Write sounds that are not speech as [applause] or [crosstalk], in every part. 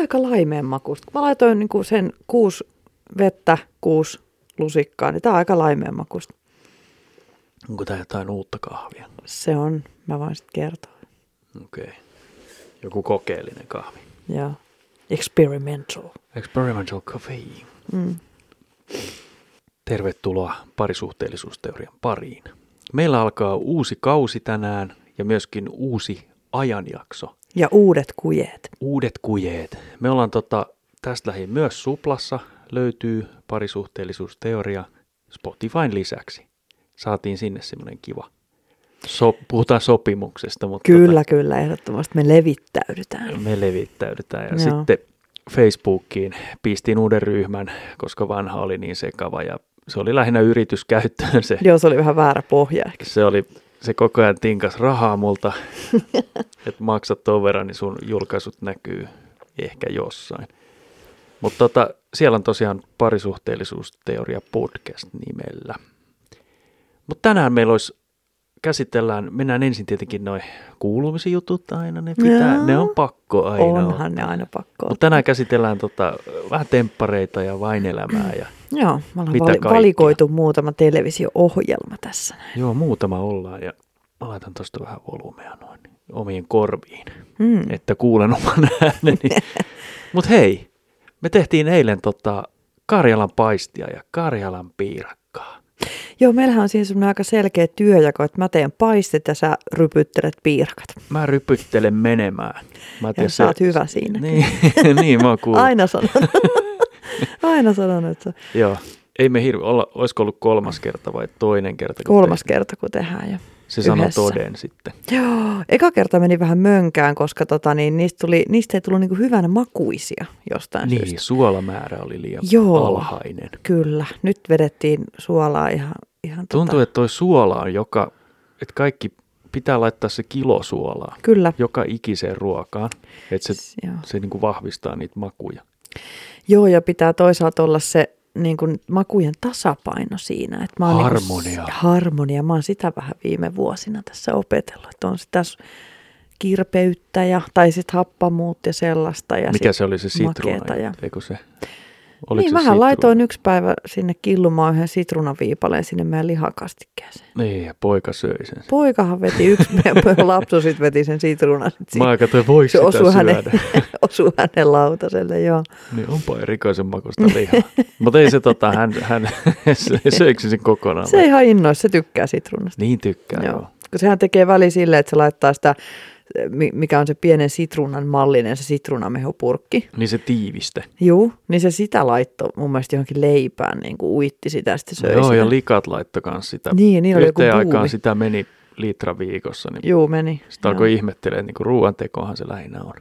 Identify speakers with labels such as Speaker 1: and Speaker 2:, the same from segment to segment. Speaker 1: aika laimeen makusta. Mä laitoin niin kuin sen kuusi vettä, kuusi lusikkaa, niin tää on aika laimeen makusta.
Speaker 2: Onko tämä jotain uutta kahvia?
Speaker 1: Se on, mä voin sitten kertoa.
Speaker 2: Okei. Okay. Joku kokeellinen kahvi.
Speaker 1: Joo. Experimental.
Speaker 2: Experimental Cafe.
Speaker 1: Mm.
Speaker 2: Tervetuloa parisuhteellisuusteorian pariin. Meillä alkaa uusi kausi tänään ja myöskin uusi ajanjakso.
Speaker 1: Ja uudet kujeet.
Speaker 2: Uudet kujeet. Me ollaan tota, tästä lähin myös Suplassa löytyy parisuhteellisuusteoria Spotifyn lisäksi. Saatiin sinne semmoinen kiva. So, puhutaan sopimuksesta, mutta
Speaker 1: Kyllä, kyllä, ehdottomasti me levittäydytään.
Speaker 2: tota, me levittäydytään. Ja
Speaker 1: Joo.
Speaker 2: sitten Facebookiin pistiin uuden ryhmän, koska vanha oli niin sekava ja se oli lähinnä yrityskäyttöön
Speaker 1: [laughs]
Speaker 2: se
Speaker 1: Joo, se oli vähän väärä pohja ehkä.
Speaker 2: se oli, se koko ajan tinkas rahaa multa, [laughs] että maksat ton verran, niin sun julkaisut näkyy ehkä jossain. Mutta tota, siellä on tosiaan parisuhteellisuusteoria podcast nimellä. Mutta tänään meillä olisi, käsitellään, mennään ensin tietenkin noin kuulumisjutut aina, ne pitää,
Speaker 1: Joo.
Speaker 2: ne on pakko aina
Speaker 1: Onhan ne aina pakko.
Speaker 2: Mutta tänään käsitellään tota, vähän temppareita ja vain elämää
Speaker 1: [clears throat]
Speaker 2: ja
Speaker 1: Joo, me ollaan
Speaker 2: Mitä
Speaker 1: vali-
Speaker 2: kaikkea?
Speaker 1: valikoitu muutama televisio-ohjelma tässä.
Speaker 2: joo muutama ollaan ja mä laitan tosta vähän volumea noin omien korviin.
Speaker 1: Mm.
Speaker 2: että kuulen oman [laughs] ääneni. Mutta hei, me tehtiin eilen tota Karjalan paistia ja Karjalan piirakkaa.
Speaker 1: Joo, meillähän on siihen semmoinen aika selkeä työjako, että mä teen paistet ja sä rypyttelet piirakat.
Speaker 2: Mä rypyttelen menemään. Mä en
Speaker 1: Ja
Speaker 2: tiedä,
Speaker 1: sä oot hyvä siinä.
Speaker 2: [laughs] Niin, niin mä oon kuullut.
Speaker 1: Aina
Speaker 2: [laughs]
Speaker 1: sanon. Aina sanon, että se
Speaker 2: Joo. Ei me hirveä, olla, olisiko ollut kolmas kerta vai toinen kerta? kun
Speaker 1: kolmas
Speaker 2: tehtiin?
Speaker 1: kerta kun tehdään. Ja.
Speaker 2: Se sanoi
Speaker 1: yhdessä.
Speaker 2: toden sitten.
Speaker 1: Joo, eka kerta meni vähän mönkään, koska tota, niin, niistä, tuli, niistä ei tullut niinku hyvän makuisia jostain
Speaker 2: Niin,
Speaker 1: syystä.
Speaker 2: suolamäärä oli liian
Speaker 1: Joo.
Speaker 2: alhainen.
Speaker 1: Kyllä, nyt vedettiin suolaa ihan, ihan
Speaker 2: Tuntuu,
Speaker 1: tota,
Speaker 2: että toi suola on joka, että kaikki pitää laittaa se kilo suolaa
Speaker 1: Kyllä.
Speaker 2: joka ikiseen ruokaan, että se
Speaker 1: Joo.
Speaker 2: se niin kuin vahvistaa niitä makuja.
Speaker 1: Joo, ja pitää toisaalta olla se niin kuin, makujen tasapaino siinä. Että mä oon Niin
Speaker 2: Harmonia.
Speaker 1: kuin, harmonia. Mä oon sitä vähän viime vuosina tässä opetellut, että on sitä s- kirpeyttä ja, tai sitten happamuutta ja sellaista. Ja
Speaker 2: Mikä
Speaker 1: sit
Speaker 2: se oli se sitruuna?
Speaker 1: makeeta
Speaker 2: Ja...
Speaker 1: ja-
Speaker 2: Eikö se?
Speaker 1: niin,
Speaker 2: se
Speaker 1: mähän
Speaker 2: sitruuna?
Speaker 1: laitoin yksi päivä sinne killumaan yhden sitruunaviipaleen sinne meidän lihakastikkeeseen.
Speaker 2: Niin, ja poika söi sen.
Speaker 1: Poikahan veti yksi
Speaker 2: [laughs]
Speaker 1: meidän lapsu, sit veti sen sitruunan. Sit
Speaker 2: Mä
Speaker 1: siihen.
Speaker 2: aika toi voiko
Speaker 1: se
Speaker 2: sitä
Speaker 1: osui hänen,
Speaker 2: syödä.
Speaker 1: [laughs]
Speaker 2: [laughs]
Speaker 1: osui hänen lautaselle, joo.
Speaker 2: Niin onpa erikoisen makuista
Speaker 1: [laughs]
Speaker 2: lihaa. Mutta ei se tota, hän, hän [laughs] se- söikö se sen kokonaan?
Speaker 1: Se ihan innoissa, se tykkää sitruunasta.
Speaker 2: Niin tykkää, joo. joo.
Speaker 1: Kun sehän tekee väli sille, että se laittaa sitä, mi- mikä on se pienen sitruunan mallinen, se sitruunamehupurkki.
Speaker 2: Niin se tiiviste.
Speaker 1: Juu, niin se sitä laittoi mun mielestä johonkin leipään, niin kuin uitti sitä, sitten söi
Speaker 2: joo,
Speaker 1: sitä.
Speaker 2: ja likat laittoi kans sitä.
Speaker 1: Niin, niillä oli joku
Speaker 2: Yhteen
Speaker 1: buumi.
Speaker 2: aikaan sitä meni litra viikossa, niin
Speaker 1: Juu, meni.
Speaker 2: sitä alkoi ihmettelee, että niin ruoantekohan se lähinnä on.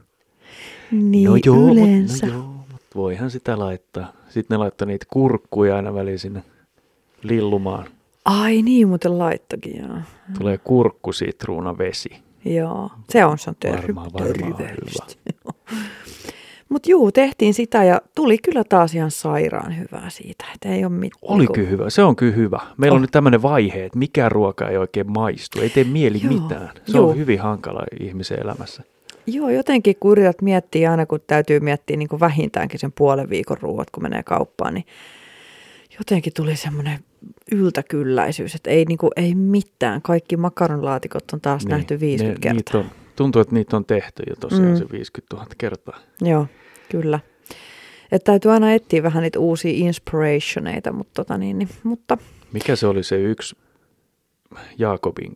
Speaker 1: Niin,
Speaker 2: no joo, mut-
Speaker 1: yleensä.
Speaker 2: no joo, mutta voihan sitä laittaa. Sitten ne laittaa niitä kurkkuja aina väliin sinne lillumaan.
Speaker 1: Ai niin, muuten laittokin, joo.
Speaker 2: Tulee kurkku, sitruuna, vesi.
Speaker 1: Joo, se on, se on terhy-
Speaker 2: Varmaan, varmaan on
Speaker 1: terveellistä. Mutta juu, tehtiin sitä ja tuli kyllä taas ihan sairaan hyvää siitä, että ei niinku- ole mitään.
Speaker 2: Oli kyllä hyvä, se on kyllä hyvä.
Speaker 1: Oh.
Speaker 2: Meillä on nyt tämmöinen vaihe, että mikä ruoka ei oikein maistu, ei tee mieli
Speaker 1: Joo,
Speaker 2: mitään. Se
Speaker 1: joo.
Speaker 2: on hyvin hankala ihmisen elämässä.
Speaker 1: Joo, jotenkin kun yrität miettiä aina, kun täytyy miettiä niin kuin vähintäänkin sen puolen viikon ruuat, kun menee kauppaan, niin jotenkin tuli semmoinen yltäkylläisyys, että ei, niin kuin, ei mitään. Kaikki makaronlaatikot on taas niin, nähty 50
Speaker 2: ne-
Speaker 1: kertaa.
Speaker 2: Niitä on, tuntuu, että niitä on tehty jo tosiaan mm.
Speaker 1: Mm.
Speaker 2: se 50 000 kertaa.
Speaker 1: Joo, kyllä. Että täytyy aina etsiä vähän niitä uusia inspirationeita, mutta, tota niin, niin, mutta
Speaker 2: Mikä se oli se yksi Jaakobin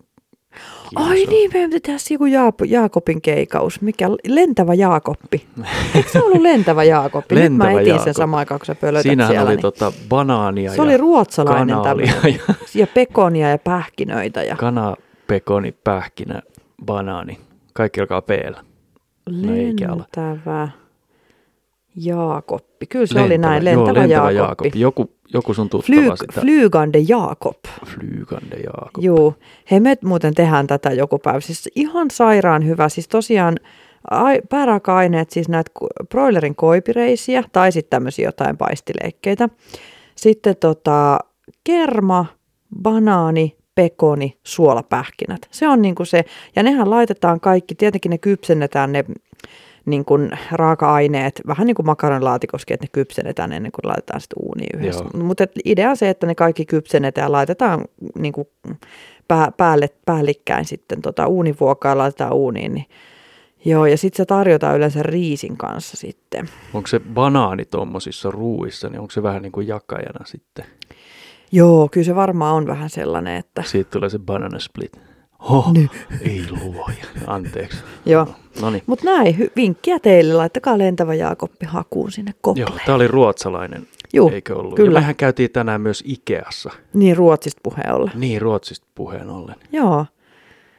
Speaker 1: ai
Speaker 2: kiusa?
Speaker 1: niin, meidän pitää tehdä se joku Jaap- Jaakobin keikaus, mikä lentävä Jaakoppi. Eikö se ollut lentävä Jaakoppi? Nyt
Speaker 2: Lentävä
Speaker 1: mä etin
Speaker 2: Jaakoppi.
Speaker 1: sen samaan aikaan, kun sä pölötät
Speaker 2: Siinähän
Speaker 1: siellä.
Speaker 2: oli
Speaker 1: niin-
Speaker 2: tota banaania
Speaker 1: Se oli
Speaker 2: ja
Speaker 1: ruotsalainen
Speaker 2: kanaalia
Speaker 1: tämmöinen.
Speaker 2: [laughs] ja
Speaker 1: Ja pekonia ja pähkinöitä ja
Speaker 2: kana, pekoni, pähkinä, banaani. Kaikki alkaa p no eikä ole.
Speaker 1: lentävä Jaakoppi. Kyllä se oli näin, lentävä,
Speaker 2: joo, lentävä
Speaker 1: Jaakoppi.
Speaker 2: Joku, joku sun tuttava
Speaker 1: Flyg,
Speaker 2: sitä.
Speaker 1: flygande Jaakob.
Speaker 2: Flygande Jaakoppi.
Speaker 1: Juu, he me muuten tehdään tätä joku päivä. Siis ihan sairaan hyvä. Siis tosiaan ai, pääraaka-aineet, siis näitä ku- broilerin koipireisiä tai sitten tämmöisiä jotain paistileikkeitä. Sitten tota, kerma, banaani, pekoni, suolapähkinät. Se on niinku se, ja nehän laitetaan kaikki, tietenkin ne kypsennetään ne, niin kuin raaka-aineet, vähän niin kuin makaronilaatikoski, että ne kypsennetään ennen kuin laitetaan sitten uuniin yhdessä.
Speaker 2: Joo.
Speaker 1: Mutta et idea on se, että ne kaikki kypsennetään ja laitetaan niin kuin pää, päälle, päällikkäin sitten tota uunivuokaa ja laitetaan uuniin. Niin. Joo, ja sitten se tarjotaan yleensä riisin kanssa sitten.
Speaker 2: Onko se banaani tuommoisissa ruuissa, niin onko se vähän niin kuin jakajana sitten?
Speaker 1: Joo, kyllä se varmaan on vähän sellainen, että
Speaker 2: Siitä tulee se banana split. Oh,
Speaker 1: Niin.
Speaker 2: ei luoja. Anteeksi.
Speaker 1: Joo.
Speaker 2: No niin.
Speaker 1: Mutta näin, hy- vinkkiä teille. Laittakaa lentävä Jaakoppi hakuun sinne
Speaker 2: Joo,
Speaker 1: kopleen.
Speaker 2: tämä oli ruotsalainen,
Speaker 1: Joo,
Speaker 2: eikö ollut?
Speaker 1: kyllä.
Speaker 2: Ja mehän käytiin tänään myös Ikeassa.
Speaker 1: niin Ruotsista puheen ollen.
Speaker 2: Niin, Ruotsista puheen ollen.
Speaker 1: Joo,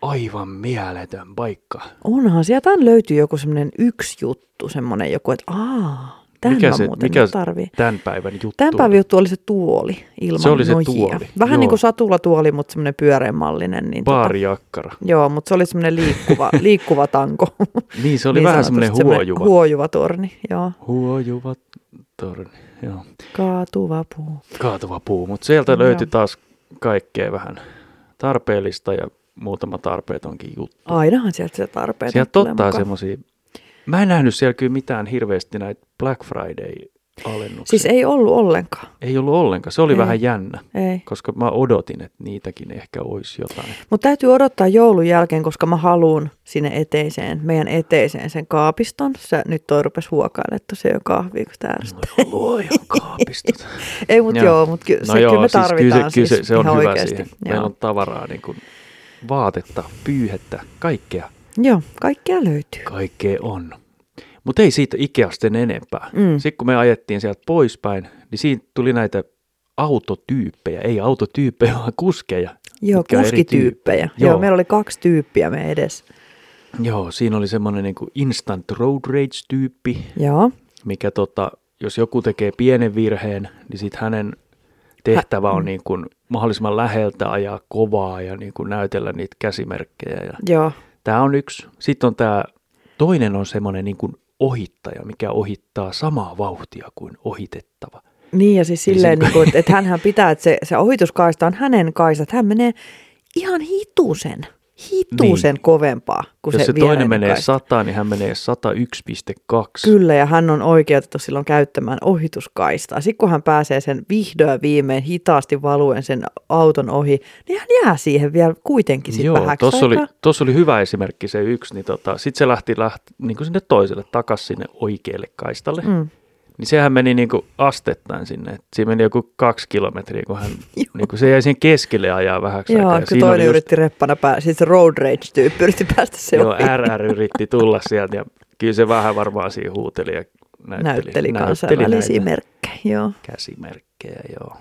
Speaker 2: Aivan mieletön paikka.
Speaker 1: onhan sieltä löytyy joku semmoinen yksi juttu, semmoinen joku, että aa, tämän
Speaker 2: mikä
Speaker 1: mä
Speaker 2: se,
Speaker 1: muuten
Speaker 2: mikä
Speaker 1: nyt
Speaker 2: se
Speaker 1: tarvii.
Speaker 2: tämän päivän juttu?
Speaker 1: Tämän päivän juttu oli se tuoli ilman
Speaker 2: Se oli se
Speaker 1: nojia.
Speaker 2: tuoli,
Speaker 1: Vähän
Speaker 2: joo.
Speaker 1: niin kuin satulatuoli, mutta semmoinen pyöreänmallinen. Niin
Speaker 2: Baarijakkara.
Speaker 1: Tota, joo, mutta se oli semmoinen
Speaker 2: [laughs]
Speaker 1: liikkuva, liikkuva tanko.
Speaker 2: Niin, se oli
Speaker 1: Niin
Speaker 2: vähän
Speaker 1: sanotusti,
Speaker 2: semmoinen huojuva.
Speaker 1: huojuva torni, joo.
Speaker 2: huojuva torni, joo.
Speaker 1: Kaatuva puu.
Speaker 2: Kaatuva puu, mutta sieltä
Speaker 1: Joo.
Speaker 2: löytyi taas kaikkea vähän tarpeellista ja muutama tarpeetonkin juttu.
Speaker 1: Ainahan sieltä se tarpeet
Speaker 2: Sieltä
Speaker 1: tulee
Speaker 2: ottaa
Speaker 1: mukaan.
Speaker 2: semmoisia, mä en nähnyt siellä kyllä mitään hirveästi näitä Black Friday-alennuksia.
Speaker 1: Siis ei ollut ollenkaan.
Speaker 2: ei ollut ollenkaan, se oli
Speaker 1: Ei.
Speaker 2: vähän jännä,
Speaker 1: Ei.
Speaker 2: koska mä odotin, että niitäkin ehkä olisi jotain.
Speaker 1: Mutta täytyy odottaa joulun jälkeen, koska mä haluan sinne eteiseen, meidän eteiseen sen kaapiston. Sä nyt toi rupes huokailemaan tosiaan kahvia, kun tää ärsyttää.
Speaker 2: Voi luoja kaapistot. [laughs]
Speaker 1: Ei, mutta
Speaker 2: Mm. No Joo.
Speaker 1: joo, mutta ky- se, kyllä me tarvitaan siis,
Speaker 2: se on
Speaker 1: ihan
Speaker 2: hyvä
Speaker 1: oikeasti.
Speaker 2: siihen. Meillä
Speaker 1: Joo.
Speaker 2: on tavaraa, niin kuin, vaatetta, pyyhettä, kaikkea.
Speaker 1: joo, kaikkea löytyy.
Speaker 2: Kaikkea on. Mutta ei siitä Ikeasta sen enempää.
Speaker 1: Mm.
Speaker 2: Sitten kun me ajettiin sieltä poispäin, niin siitä tuli näitä autotyyppejä. Ei autotyyppejä, vaan kuskeja.
Speaker 1: Joo,
Speaker 2: mitkä on eri
Speaker 1: kuskityyppejä.
Speaker 2: tyyppejä.
Speaker 1: Joo.
Speaker 2: Joo.
Speaker 1: meillä oli kaksi tyyppiä me edes.
Speaker 2: Joo, siinä oli semmoinen niin instant road rage-tyyppi,
Speaker 1: Joo,
Speaker 2: mikä tota, jos joku tekee pienen virheen, niin sitten hänen tehtävä on niin kuin mahdollisimman läheltä ajaa kovaa ja niin kuin näytellä niitä käsimerkkejä. Ja
Speaker 1: joo.
Speaker 2: Tämä on yksi. Sitten on tämä, toinen on semmoinen niin kuin ohittaja, mikä ohittaa samaa vauhtia kuin ohitettava.
Speaker 1: Niin ja siis
Speaker 2: Eli
Speaker 1: silleen,
Speaker 2: se-
Speaker 1: niin kuin, että, että hänhän pitää, että se, se ohituskaista on hänen kaista, että hän menee ihan hitusen, hitusen niin. kovempaa kuin
Speaker 2: Jos se,
Speaker 1: viereinen
Speaker 2: toinen menee
Speaker 1: kaista.
Speaker 2: 100, niin hän menee 101,2.
Speaker 1: Kyllä, ja hän on oikeutettu silloin käyttämään ohituskaistaa. Sitten kun hän pääsee sen vihdoin viimein hitaasti valuen sen auton ohi, niin hän jää siihen vielä kuitenkin sitten
Speaker 2: Joo,
Speaker 1: vähäksi
Speaker 2: tuossa oli,
Speaker 1: aikaa.
Speaker 2: tossa oli hyvä esimerkki se yksi, niin tota, sitten se lähti, lähti niin kuin sinne toiselle, takaisin sinne oikealle kaistalle. Mm.
Speaker 1: Mm.
Speaker 2: Niin sehän meni niin kuin astettain sinne. Et siinä meni joku kaksi kilometriä, kun hän,
Speaker 1: [laughs] Joo.
Speaker 2: niin kuin se jäi siihen keskelle ajaa vähäksi
Speaker 1: Joo,
Speaker 2: aikaa. Ja
Speaker 1: kun
Speaker 2: siinä oli
Speaker 1: toinen yritti reppana päästä, siis se road rage-tyyppi yritti päästä se
Speaker 2: Joo,
Speaker 1: ohi.
Speaker 2: RR yritti tulla sieltä ja kyllä se vähän varmaan siinä huuteli ja näytteli,
Speaker 1: Näytteli
Speaker 2: näitä
Speaker 1: kansainvälisiä merkkejä, joo.
Speaker 2: käsimerkkejä. Joo.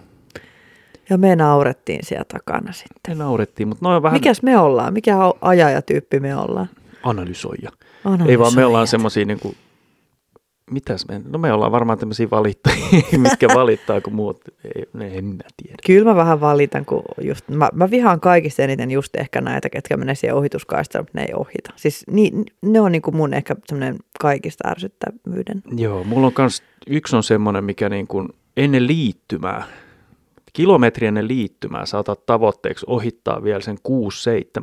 Speaker 1: Ja me naurettiin siellä takana sitten.
Speaker 2: Me naurettiin, mutta noin vähän Mikä?
Speaker 1: Mikäs me ollaan? Mikä o- ajajatyyppi me ollaan?
Speaker 2: analysoija.
Speaker 1: Analysoijat.
Speaker 2: Ei vaan me ollaan semmoisia niin kuin, mitäs me, no me ollaan varmaan tämmöisiä valittajia, [laughs] mitkä valittaa kun muut, ei, ne en minä tiedä.
Speaker 1: Kyllä mä vähän valitan, kun just, mä, mä vihaan kaikista eniten just ehkä näitä, ketkä menee siihen ohituskaistaan, mutta ne ei ohita. Siis ni, ne on niinku mun ehkä semmoinen kaikista ärsyttävyyden.
Speaker 2: Joo, mulla on kans, yksi on semmoinen, mikä niin kuin ennen liittymää, kilometri ennen liittymää saatat tavoitteeksi ohittaa vielä sen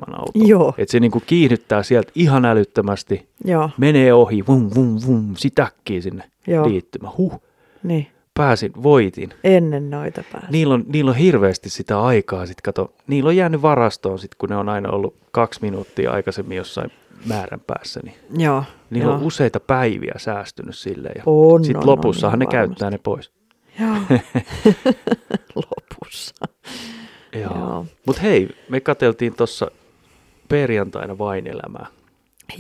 Speaker 2: 6-7 autoa.
Speaker 1: Joo.
Speaker 2: Että se niin kuin kiihdyttää sieltä ihan älyttömästi,
Speaker 1: Joo,
Speaker 2: menee ohi, vum, vum, vum, sitäkkiä sinne
Speaker 1: Joo.
Speaker 2: Joo. liittymä. Huh,
Speaker 1: niin.
Speaker 2: pääsin, voitin.
Speaker 1: Ennen noita päästä. Niin.
Speaker 2: Niillä on, niillä on hirveästi sitä aikaa, sit kato, niillä on jäänyt varastoon, sit, kun ne on aina ollut kaksi minuuttia aikaisemmin jossain määrän päässä, niin
Speaker 1: Joo.
Speaker 2: niillä
Speaker 1: joo.
Speaker 2: on useita päiviä säästynyt sille ja
Speaker 1: On,
Speaker 2: sitten
Speaker 1: on,
Speaker 2: lopussahan
Speaker 1: on,
Speaker 2: ne
Speaker 1: ihan
Speaker 2: käyttää ne pois.
Speaker 1: Joo.
Speaker 2: [laughs]
Speaker 1: [laughs] Lopussa. Joo.
Speaker 2: Mutta hei, me katseltiin tuossa perjantaina vain elämää.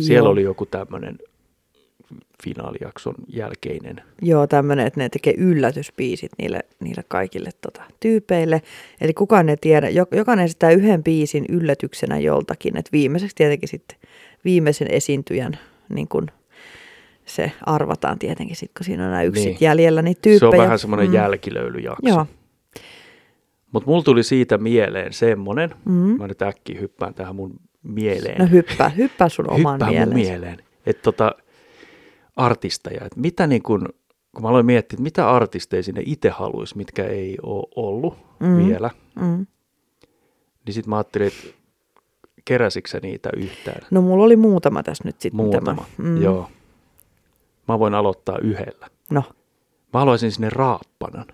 Speaker 2: Siellä
Speaker 1: Joo.
Speaker 2: oli joku tämmöinen finaalijakson jälkeinen
Speaker 1: Joo, tämmöinen, että ne tekee yllätysbiisit niille, niille kaikille tota, tyypeille. Eli kukaan ei tiedä, jo- jokainen esittää yhden biisin yllätyksenä joltakin. Et viimeiseksi tietenkin sitten viimeisen esiintyjän niin kun se arvataan tietenkin sitten, kun siinä on nämä yksit niin.
Speaker 2: Niin.
Speaker 1: jäljellä niitä tyyppejä.
Speaker 2: Se on vähän semmoinen mm. jälkilöylyjakso.
Speaker 1: Joo,
Speaker 2: Mutta mulla tuli siitä mieleen semmoinen, mm. mä nyt äkkiä hyppään tähän mun mieleen.
Speaker 1: Mm-hmm. no hyppää, hyppää sun oman
Speaker 2: hyppään mun
Speaker 1: mieleen.
Speaker 2: mieleen. Että tota, artisteja, että mitä niin kun, kun mä aloin miettiä, että mitä artisteja sinne itse haluaisi, mitkä ei ole ollut mm. vielä,
Speaker 1: Mm.
Speaker 2: niin sitten mä ajattelin, että keräsitkö sä niitä yhtään?
Speaker 1: No mulla oli muutama tässä nyt sitten.
Speaker 2: Mm. Muutama, mm. joo. Mä voin aloittaa yhdellä.
Speaker 1: No,
Speaker 2: Mä haluaisin sinne raappanan.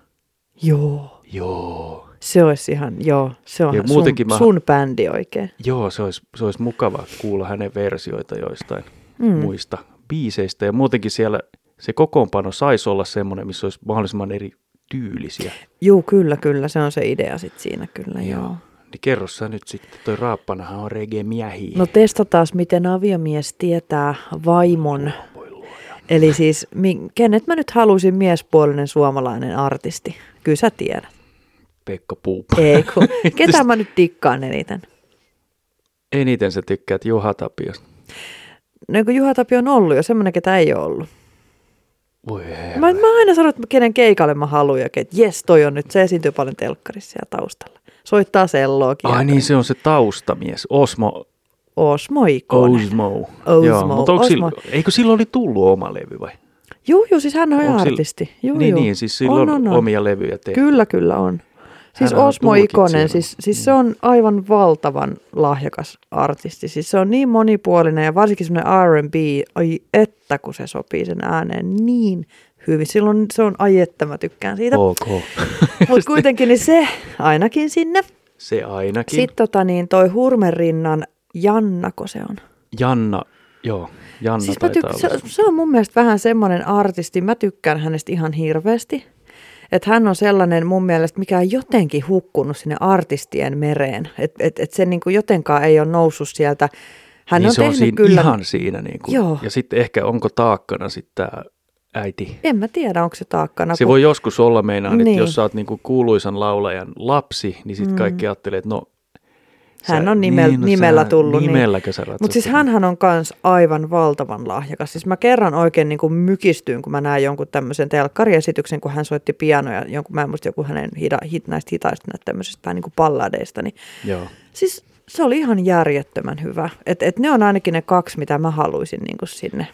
Speaker 1: joo.
Speaker 2: Joo.
Speaker 1: Se olisi ihan, joo, se on
Speaker 2: Ja
Speaker 1: sun,
Speaker 2: muutenkin mä-
Speaker 1: sun bändi oikein.
Speaker 2: Joo, se olisi, se olisi mukava kuulla hänen versioita joistain mm.
Speaker 1: Mm.
Speaker 2: muista biiseistä. Ja muutenkin siellä se kokoonpano saisi olla semmoinen, missä olisi mahdollisimman eri tyylisiä.
Speaker 1: Juu, kyllä, kyllä, se on se idea sitten siinä kyllä, joo. joo.
Speaker 2: Niin kerro sä nyt sitten, toi raappanahan on reggae-miehiä.
Speaker 1: No testataan, miten aviomies tietää vaimon,
Speaker 2: Voi luoja.
Speaker 1: eli siis mi- kenet mä nyt halusin miespuolinen suomalainen artisti. Kyllä sä tiedät.
Speaker 2: Pekka Puupa.
Speaker 1: Ei kun, ketä mä nyt tikkaan eniten?
Speaker 2: [laughs] Eniten sä tykkäät Juha Tapiosta.
Speaker 1: No kun Juha Tapio on ollut jo, semmoinen ketä ei ole ollut.
Speaker 2: Voi herra.
Speaker 1: Mä, mä aina sanon, että kenen keikalle mä haluan ja että jes toi on nyt, se esiintyy paljon telkkarissa ja taustalla. Soittaa selloakin.
Speaker 2: Ai niin, se on se taustamies, Osmo
Speaker 1: Osmo Ikonen.
Speaker 2: Osmo.
Speaker 1: Osmo,
Speaker 2: mutta onko sillä,
Speaker 1: Osmo.
Speaker 2: eikö silloin oli tullut oma levy vai?
Speaker 1: Juu, juu, siis hän on jo
Speaker 2: Onko sillä-
Speaker 1: artisti. Juu,
Speaker 2: niin,
Speaker 1: juu.
Speaker 2: niin, siis silloin on, on, on. omia levyjä tehty.
Speaker 1: Kyllä, kyllä on. Siis
Speaker 2: Hänhän on
Speaker 1: Osmo
Speaker 2: tulkitsijana.
Speaker 1: Ikonen, siis, siis se on aivan valtavan lahjakas artisti. Siis se on niin monipuolinen ja varsinkin semmoinen R&B, ai että kun se sopii sen ääneen niin hyvin. Silloin se on ai että mä tykkään siitä. Oh. [laughs]
Speaker 2: Ok,
Speaker 1: Mutta kuitenkin niin se ainakin sinne.
Speaker 2: [laughs] se ainakin.
Speaker 1: Sitten tota, niin toi Hurmerinnan Jannako se on.
Speaker 2: Janna, joo, Janna
Speaker 1: siis mä
Speaker 2: taitaa
Speaker 1: tyk- se,
Speaker 2: olla.
Speaker 1: se on mun mielestä vähän semmoinen artisti, mä tykkään hänestä ihan hirveästi. Että hän on sellainen mun mielestä, mikä on jotenkin hukkunut sinne artistien mereen. Että et, et se niin kuin jotenkaan ei ole noussut sieltä. Hän
Speaker 2: niin
Speaker 1: on
Speaker 2: se on
Speaker 1: tehnyt
Speaker 2: siinä,
Speaker 1: kyllä...
Speaker 2: ihan siinä. Niin kuin,
Speaker 1: Joo.
Speaker 2: Ja sitten ehkä onko taakkana sitten tämä äiti.
Speaker 1: En mä tiedä, onko se taakkana.
Speaker 2: Se voi joskus olla meinaan, niin.
Speaker 1: Niin.
Speaker 2: että jos sä oot niinku kuuluisan laulajan lapsi, niin sitten mm. kaikki ajattelee, että no...
Speaker 1: Hän on nimel-
Speaker 2: no
Speaker 1: nimellä tullut, niin.
Speaker 2: Nimelläkö sä ratsastat?
Speaker 1: Mutta siis hänhän on kans aivan valtavan lahjakas. Siis mä kerran oikein niin kuin mykistyin, kun mä näin jonkun tämmöisen telkkariesityksen, kun hän soitti pianoja, jonkun, mä en muista joku hänen hida, hit, näistä hitaista näistä tämmöisistä vähän niin kuin balladeista, niin
Speaker 2: Joo.
Speaker 1: Siis se oli ihan järjettömän hyvä. Et, et ne on ainakin ne kaksi, mitä mä haluaisin niinku sinne.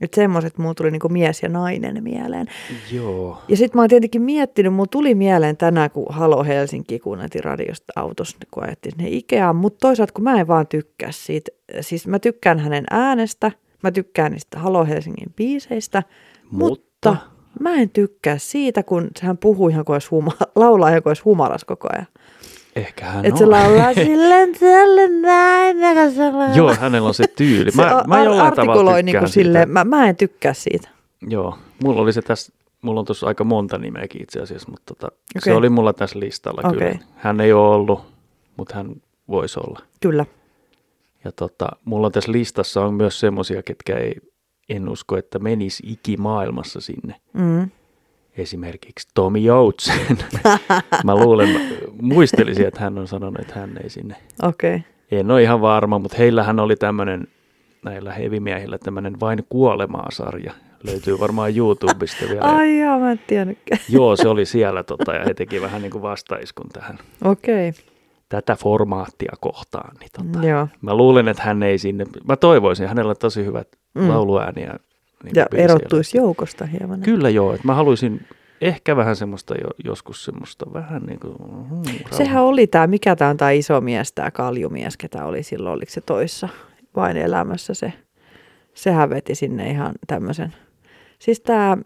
Speaker 1: Että semmoiset mulla tuli niinku mies ja nainen mieleen.
Speaker 2: Joo.
Speaker 1: Ja sitten mä oon tietenkin miettinyt, mulla tuli mieleen tänään, kun Halo Helsinki kuunneltiin radiosta autossa, kun ajettiin sinne Ikeaan. Mutta toisaalta, kun mä en vaan tykkää siitä. Siis mä tykkään hänen äänestä, mä tykkään niistä Halo Helsingin biiseistä.
Speaker 2: Mutta?
Speaker 1: Mutta, mutta mä en tykkää siitä, kun hän puhuu ihan kuin olisi huma- laulaa ihan kuin olisi humalas koko ajan.
Speaker 2: Ehkä hän
Speaker 1: Että
Speaker 2: on.
Speaker 1: se laulaa silleen tälle näin. ja se laulaa.
Speaker 2: Joo, hänellä on se tyyli.
Speaker 1: se
Speaker 2: Mä,
Speaker 1: ar-
Speaker 2: mä jollain tavalla
Speaker 1: artikuloi
Speaker 2: tykkään
Speaker 1: niinku
Speaker 2: siitä.
Speaker 1: silleen, mä, mä en tykkää siitä.
Speaker 2: Joo, mulla oli se tässä, mulla on tuossa aika monta nimeäkin itse asiassa, mutta tota, okay. se
Speaker 1: Okei.
Speaker 2: oli mulla tässä listalla okay. kyllä.
Speaker 1: Okei.
Speaker 2: Hän ei ole ollut, mutta hän voisi olla.
Speaker 1: Kyllä.
Speaker 2: Ja tota, mulla tässä listassa on myös semmoisia, ketkä ei, en usko, että menisi ikimaailmassa sinne.
Speaker 1: Mm.
Speaker 2: Esimerkiksi Tommy
Speaker 1: [laughs]
Speaker 2: Joutsen. mä luulen, mä muistelisin, että hän on sanonut, että hän ei sinne.
Speaker 1: Okei. Okay.
Speaker 2: En ole ihan varma, mutta heillähän oli tämmöinen, näillä hevimiehillä tämmöinen Vain kuolemaa sarja. Löytyy varmaan YouTubesta vielä.
Speaker 1: Ai jaa, mä en tiennytkään. [laughs]
Speaker 2: Joo, se oli siellä tota, ja he teki vähän niin kuin vastaiskun tähän,
Speaker 1: Okei.
Speaker 2: tätä formaattia kohtaan. Niin, tota,
Speaker 1: Joo.
Speaker 2: mä luulen, että hän ei sinne, mä toivoisin, hänellä on tosi hyvät mm.
Speaker 1: Mm.
Speaker 2: lauluääniä. Niin
Speaker 1: Ja
Speaker 2: kuin
Speaker 1: erottuisi
Speaker 2: biiseillä.
Speaker 1: joukosta hieman.
Speaker 2: Kyllä joo, että mä haluaisin ehkä vähän semmoista jo, joskus semmoista vähän niin kuin... Mm,
Speaker 1: Sehän oli tämä, mikä tämä on tämä iso mies, tämä kaljumies, ketä oli silloin, oliko se toissa vain elämässä se. Sehän veti sinne ihan tämmöisen. Siis tämä,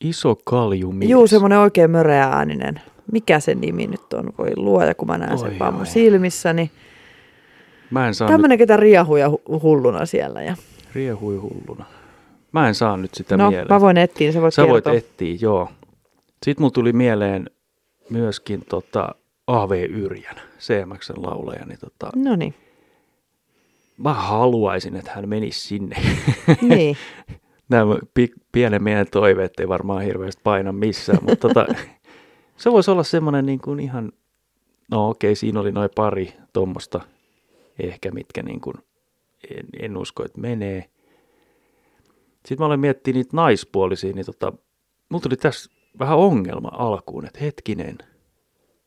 Speaker 2: Iso kaljumies.
Speaker 1: juu semmoinen oikein möreä ääninen. Mikä sen nimi nyt on? Voi luoja, kun mä näen
Speaker 2: Oi,
Speaker 1: sen vaan mun
Speaker 2: oi.
Speaker 1: silmissäni.
Speaker 2: Mä en saa Tämmönen...
Speaker 1: Tämmöinen, ketä riahuja hu- hulluna siellä. Ja...
Speaker 2: nyt riehui hulluna. Mä en saa nyt sitä
Speaker 1: no,
Speaker 2: mieleen.
Speaker 1: mä voin etsiä, sä voit
Speaker 2: Sä voit
Speaker 1: kertoa.
Speaker 2: etsiä, joo. Sitten mulla tuli mieleen myöskin tota A.V. Yrjän, CMXn laulaja, niin tota,
Speaker 1: No niin, [laughs]
Speaker 2: mä haluaisin, että hän menisi sinne.
Speaker 1: niin.
Speaker 2: Nämä pi- pienen miehen toiveet ei varmaan hirveästi paina missään, mutta tota, [laughs] se voisi olla semmoinen niin kuin ihan, no okei, siinä oli noin pari tuommoista ehkä, mitkä niin kuin, en, en usko, että menee. Sitten mä olen miettinyt niitä naispuolisia, niin tota, mulla tuli tässä vähän ongelma alkuun, että hetkinen,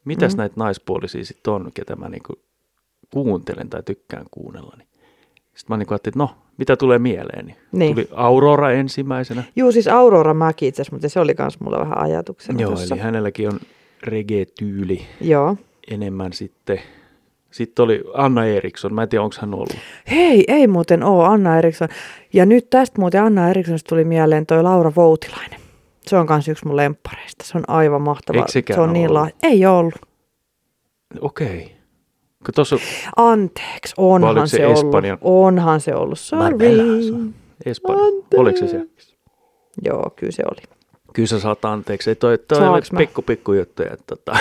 Speaker 2: mitäs mm. näitä naispuolisia sitten on, ketä mä niin kuin kuuntelen tai tykkään kuunnella. Niin. Sitten mä niin ajattelin, että no, mitä tulee mieleen, niin
Speaker 1: Niin.
Speaker 2: Tuli Aurora ensimmäisenä.
Speaker 1: Juu, siis Aurora Mäki itse asiassa, mutta se oli myös mulla vähän ajatuksena
Speaker 2: Joo,
Speaker 1: tuossa.
Speaker 2: eli hänelläkin on reggae-tyyli
Speaker 1: Joo,
Speaker 2: enemmän sitten. Sitten oli Anna Eriksson, mä en tiedä onko hän ollut.
Speaker 1: Hei, ei muuten oo Anna Eriksson. Ja nyt tästä muuten Anna Erikssonista tuli mieleen toi Laura Voutilainen. Se on kans yksi mun lemppareista. Se on aivan mahtava.
Speaker 2: Eikö sekään
Speaker 1: se on niin
Speaker 2: ollut?
Speaker 1: la... Ei oo ollut.
Speaker 2: Okei. Kun tuossa on
Speaker 1: Anteeksi,
Speaker 2: Vai oliko
Speaker 1: onhan
Speaker 2: se
Speaker 1: se, ollut.
Speaker 2: Espanjan?
Speaker 1: Onhan se ollut. Sorry.
Speaker 2: Marbella se on. Espanja,
Speaker 1: Anteeksi.
Speaker 2: oliko se se?
Speaker 1: Joo, kyllä se oli.
Speaker 2: Kyllä sä saat anteeksi, ei toi, toi oli
Speaker 1: Saanko mä?
Speaker 2: pikku pikku juttuja. Tota.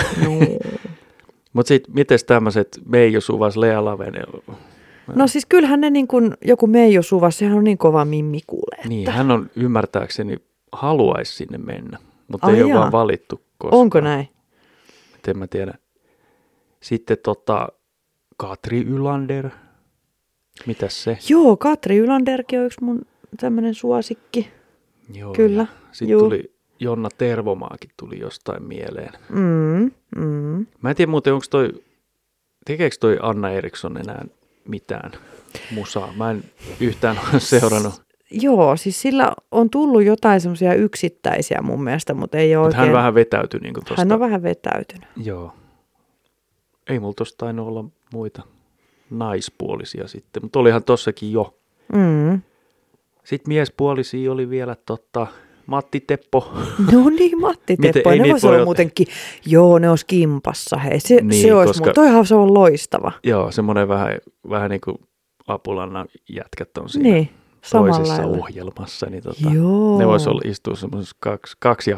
Speaker 2: Mutta sitten, miten tämmöiset Meijo Suvas, Lea Lavene,
Speaker 1: No siis kyllähän ne niin kuin, joku Meijo Suva, sehän on niin kova mimmi kuulee.
Speaker 2: niin hän on ymmärtääkseni haluaisi sinne mennä, mutta
Speaker 1: Ai
Speaker 2: ei ole
Speaker 1: jaa.
Speaker 2: vaan valittu koskaan.
Speaker 1: Onko näin?
Speaker 2: Et En mä tiedä. Sitten tota, Katri Ylander, mitäs se?
Speaker 1: Joo, Katri Ylanderkin on yksi mun tämmöinen suosikki.
Speaker 2: Joo,
Speaker 1: Kyllä,
Speaker 2: Sitten
Speaker 1: juu.
Speaker 2: tuli Jonna Tervomaakin tuli jostain mieleen.
Speaker 1: Mm, mm.
Speaker 2: Mä en tiedä muuten, onko toi, tekeekö toi Anna Eriksson enää mitään musaa? Mä en yhtään ole seurannut,
Speaker 1: Joo, siis sillä on tullut jotain semmoisia yksittäisiä mun mielestä, mutta ei ole
Speaker 2: mutta
Speaker 1: oikein.
Speaker 2: hän vähän vetäytyi niin kuin tosta.
Speaker 1: hän on vähän vetäytynyt.
Speaker 2: Joo. Ei mulla tosta tainnut olla muita naispuolisia sitten, mutta olihan tossakin jo.
Speaker 1: Mm.
Speaker 2: Sitten miespuolisia oli vielä totta, Matti Teppo.
Speaker 1: [laughs] No niin, Matti
Speaker 2: Miten-
Speaker 1: Teppo,
Speaker 2: ei
Speaker 1: ne
Speaker 2: niitä
Speaker 1: voisi
Speaker 2: voi
Speaker 1: olla
Speaker 2: ot-
Speaker 1: muutenkin, joo, ne olisi kimpassa, hei, se,
Speaker 2: Niin,
Speaker 1: niin, se olisi,
Speaker 2: koska-
Speaker 1: koska... mutta toihan se on loistava.
Speaker 2: [laughs] Joo, semmoinen vähän, vähän niin kuin Apulannan jätkät on siinä
Speaker 1: Niin, samalla
Speaker 2: toisessa
Speaker 1: lailla.
Speaker 2: ohjelmassa, niin tota,
Speaker 1: Joo.
Speaker 2: ne vois olla [laughs] istua semmoisessa kaksi, kaksi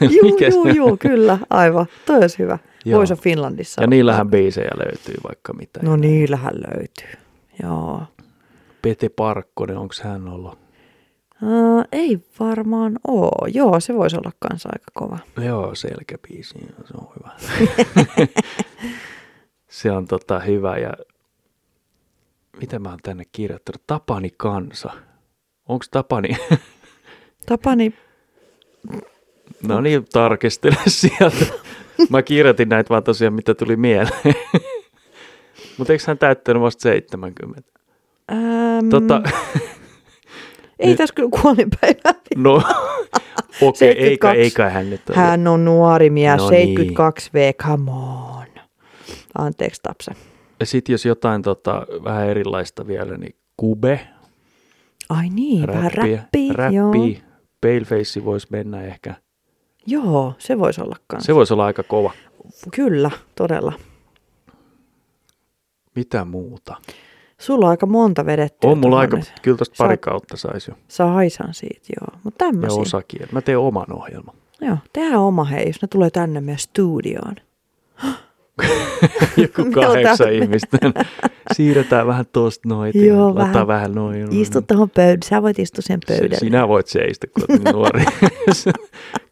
Speaker 1: Juu, juu, juu, kyllä, aivan. Toi olisi hyvä.
Speaker 2: Joo.
Speaker 1: Voisi Finlandissa.
Speaker 2: Ja
Speaker 1: olla.
Speaker 2: niillähän biisejä löytyy vaikka mitä.
Speaker 1: No niillähän löytyy. Joo.
Speaker 2: Pete Parkkonen, onko hän ollut?
Speaker 1: Äh, ei varmaan oo. Joo, se voisi olla kanssa aika kova.
Speaker 2: Joo, selkäbiisi, joo, se on
Speaker 1: [laughs]
Speaker 2: hyvä. se on tota hyvä ja mitä mä oon tänne kirjoittanut? Tapani Kansa. Onko Tapani?
Speaker 1: Tapani,
Speaker 2: No niin, tarkistele [laughs] sieltä. Mä kirjoitin näitä vaan tosiaan, mitä tuli mieleen. [laughs] Mutta eikö hän täyttänyt vasta 70?
Speaker 1: äm,
Speaker 2: Tota,
Speaker 1: ei
Speaker 2: nyt-
Speaker 1: tässä kyllä kuolinpäivää. [laughs]
Speaker 2: no, okei, okay,
Speaker 1: 72.
Speaker 2: eikä, eikä hän nyt ole.
Speaker 1: Hän on nuori mies,
Speaker 2: No
Speaker 1: no
Speaker 2: niin.
Speaker 1: 72 V, come on. Anteeksi Tapsa.
Speaker 2: Sitten jos jotain tota, vähän erilaista vielä, niin Kube,
Speaker 1: Ai niin, vähän
Speaker 2: räppiä,
Speaker 1: räppiä. Joo.
Speaker 2: räppiä. Paleface voisi mennä ehkä.
Speaker 1: joo, se voisi olla kanssa.
Speaker 2: Se voisi olla aika kova.
Speaker 1: Kyllä, todella.
Speaker 2: Mitä muuta?
Speaker 1: Sulla on aika monta vedettyä.
Speaker 2: On mulla aika,
Speaker 1: tuohon.
Speaker 2: kyllä tästä
Speaker 1: Sä
Speaker 2: pari
Speaker 1: oot-
Speaker 2: kautta saisi jo.
Speaker 1: Saisan siitä, joo. Mutta
Speaker 2: Ja
Speaker 1: tämmöisiä.
Speaker 2: osakin. Mä teen oman ohjelman.
Speaker 1: Joo, tehdään oma hei, jos ne tulee tänne meidän studioon. [laughs]
Speaker 2: Joku
Speaker 1: Me otetaan-
Speaker 2: kahdeksan ihmistä. Siirretään vähän tosta noin.
Speaker 1: Joo,
Speaker 2: Joo, vähän.
Speaker 1: vähän.
Speaker 2: vähän noin.
Speaker 1: Istu tuohon pöydän, sä voit istua sen pöydälle.
Speaker 2: Mm. Se, sinä voit seistä, kun olet
Speaker 1: [laughs]
Speaker 2: niin nuori.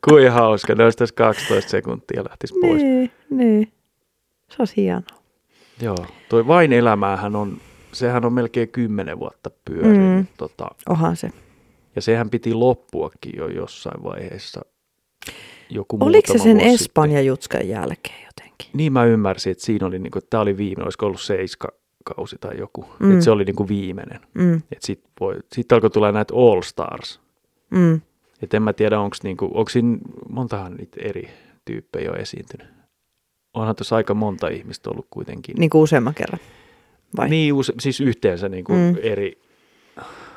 Speaker 2: Kuin hauska. Ne olisi tässä 12 sekuntia lähtisi pois.
Speaker 1: Niin, niin. Se olisi hienoa.
Speaker 2: Joo. Toi vain elämäähän on, sehän on melkein 10 vuotta pyörinyt.
Speaker 1: Mm.
Speaker 2: Tota,
Speaker 1: Ohan se.
Speaker 2: ja sehän piti loppuakin jo jossain vaiheessa. Joku
Speaker 1: Oliko se
Speaker 2: muutama
Speaker 1: sen
Speaker 2: vuosi sitten.
Speaker 1: Espanja-jutskan jälkeen jotenkin?
Speaker 2: Niin mä ymmärsin, että siinä oli, niinku, tämä oli viimeinen, olisiko ollut seiska kausi tai joku. Mm.
Speaker 1: Mm.
Speaker 2: Että se oli niinku viimeinen.
Speaker 1: Mm,
Speaker 2: Et sit, voi, sit alkoi tulla näitä All Stars.
Speaker 1: mm.
Speaker 2: Et en mä tiedä, onko niinku, onks siinä, montahan niitä eri tyyppejä on esiintynyt. Onhan tuossa aika monta ihmistä ollut kuitenkin.
Speaker 1: Niin kuin useamman kerran. Vai?
Speaker 2: Niin, use, siis yhteensä niinku mm.
Speaker 1: Mm.
Speaker 2: eri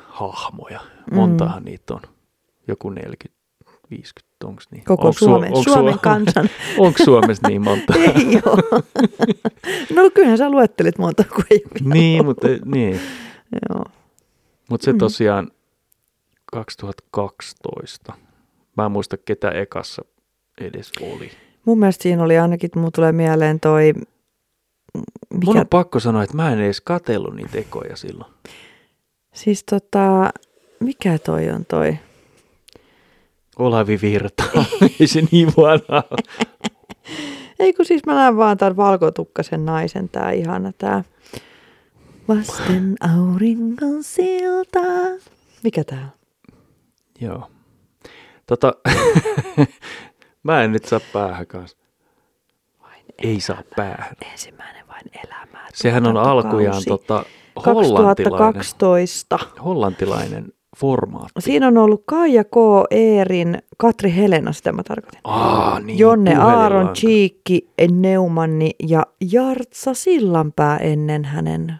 Speaker 2: hahmoja. Montahan mm. niitä on. Joku 40, 50, onko niin?
Speaker 1: Koko
Speaker 2: Onks Suo-
Speaker 1: Suomen,
Speaker 2: onks
Speaker 1: Suomen
Speaker 2: Suo- [laughs]
Speaker 1: kansan.
Speaker 2: Onko Suomessa niin
Speaker 1: [laughs]
Speaker 2: monta?
Speaker 1: ei ole. no kyllähän sä luettelit monta kuin ei.
Speaker 2: niin, mutta niin.
Speaker 1: Joo.
Speaker 2: Mutta se
Speaker 1: Mm.
Speaker 2: tosiaan 2012. Mä en muista ketä ekassa edes oli.
Speaker 1: Mun mielestä siinä oli ainakin, mulla tulee mieleen toi, mikä
Speaker 2: Mun on pakko sanoa, että mä en edes katsellut niitä ekoja silloin.
Speaker 1: Siis tota, mikä toi on toi?
Speaker 2: Olavi
Speaker 1: [laughs]
Speaker 2: Virta, ei se niin vanha. ole.
Speaker 1: Ei kun siis mä näen vaan tämän valkotukkasen naisen, tää ihana tää. Vasten auringon silta. Mikä tää on?
Speaker 2: Joo. Tota, [laughs] mä en nyt saa päähän kanssa.
Speaker 1: Vain
Speaker 2: Ei saa päähän.
Speaker 1: ensimmäinen vain elämää.
Speaker 2: Sehän on
Speaker 1: tuotantokausi.
Speaker 2: alkujaan tota, hollantilainen,
Speaker 1: 2012.
Speaker 2: hollantilainen formaatti.
Speaker 1: Siinä on ollut Kaija K. Eerin, Katri Helena, sitä mä tarkoitin.
Speaker 2: Aa, niin,
Speaker 1: Jonne
Speaker 2: puhelinlanka.
Speaker 1: Aaron, Chiikki, Neumanni ja Jartsa Sillanpää ennen hänen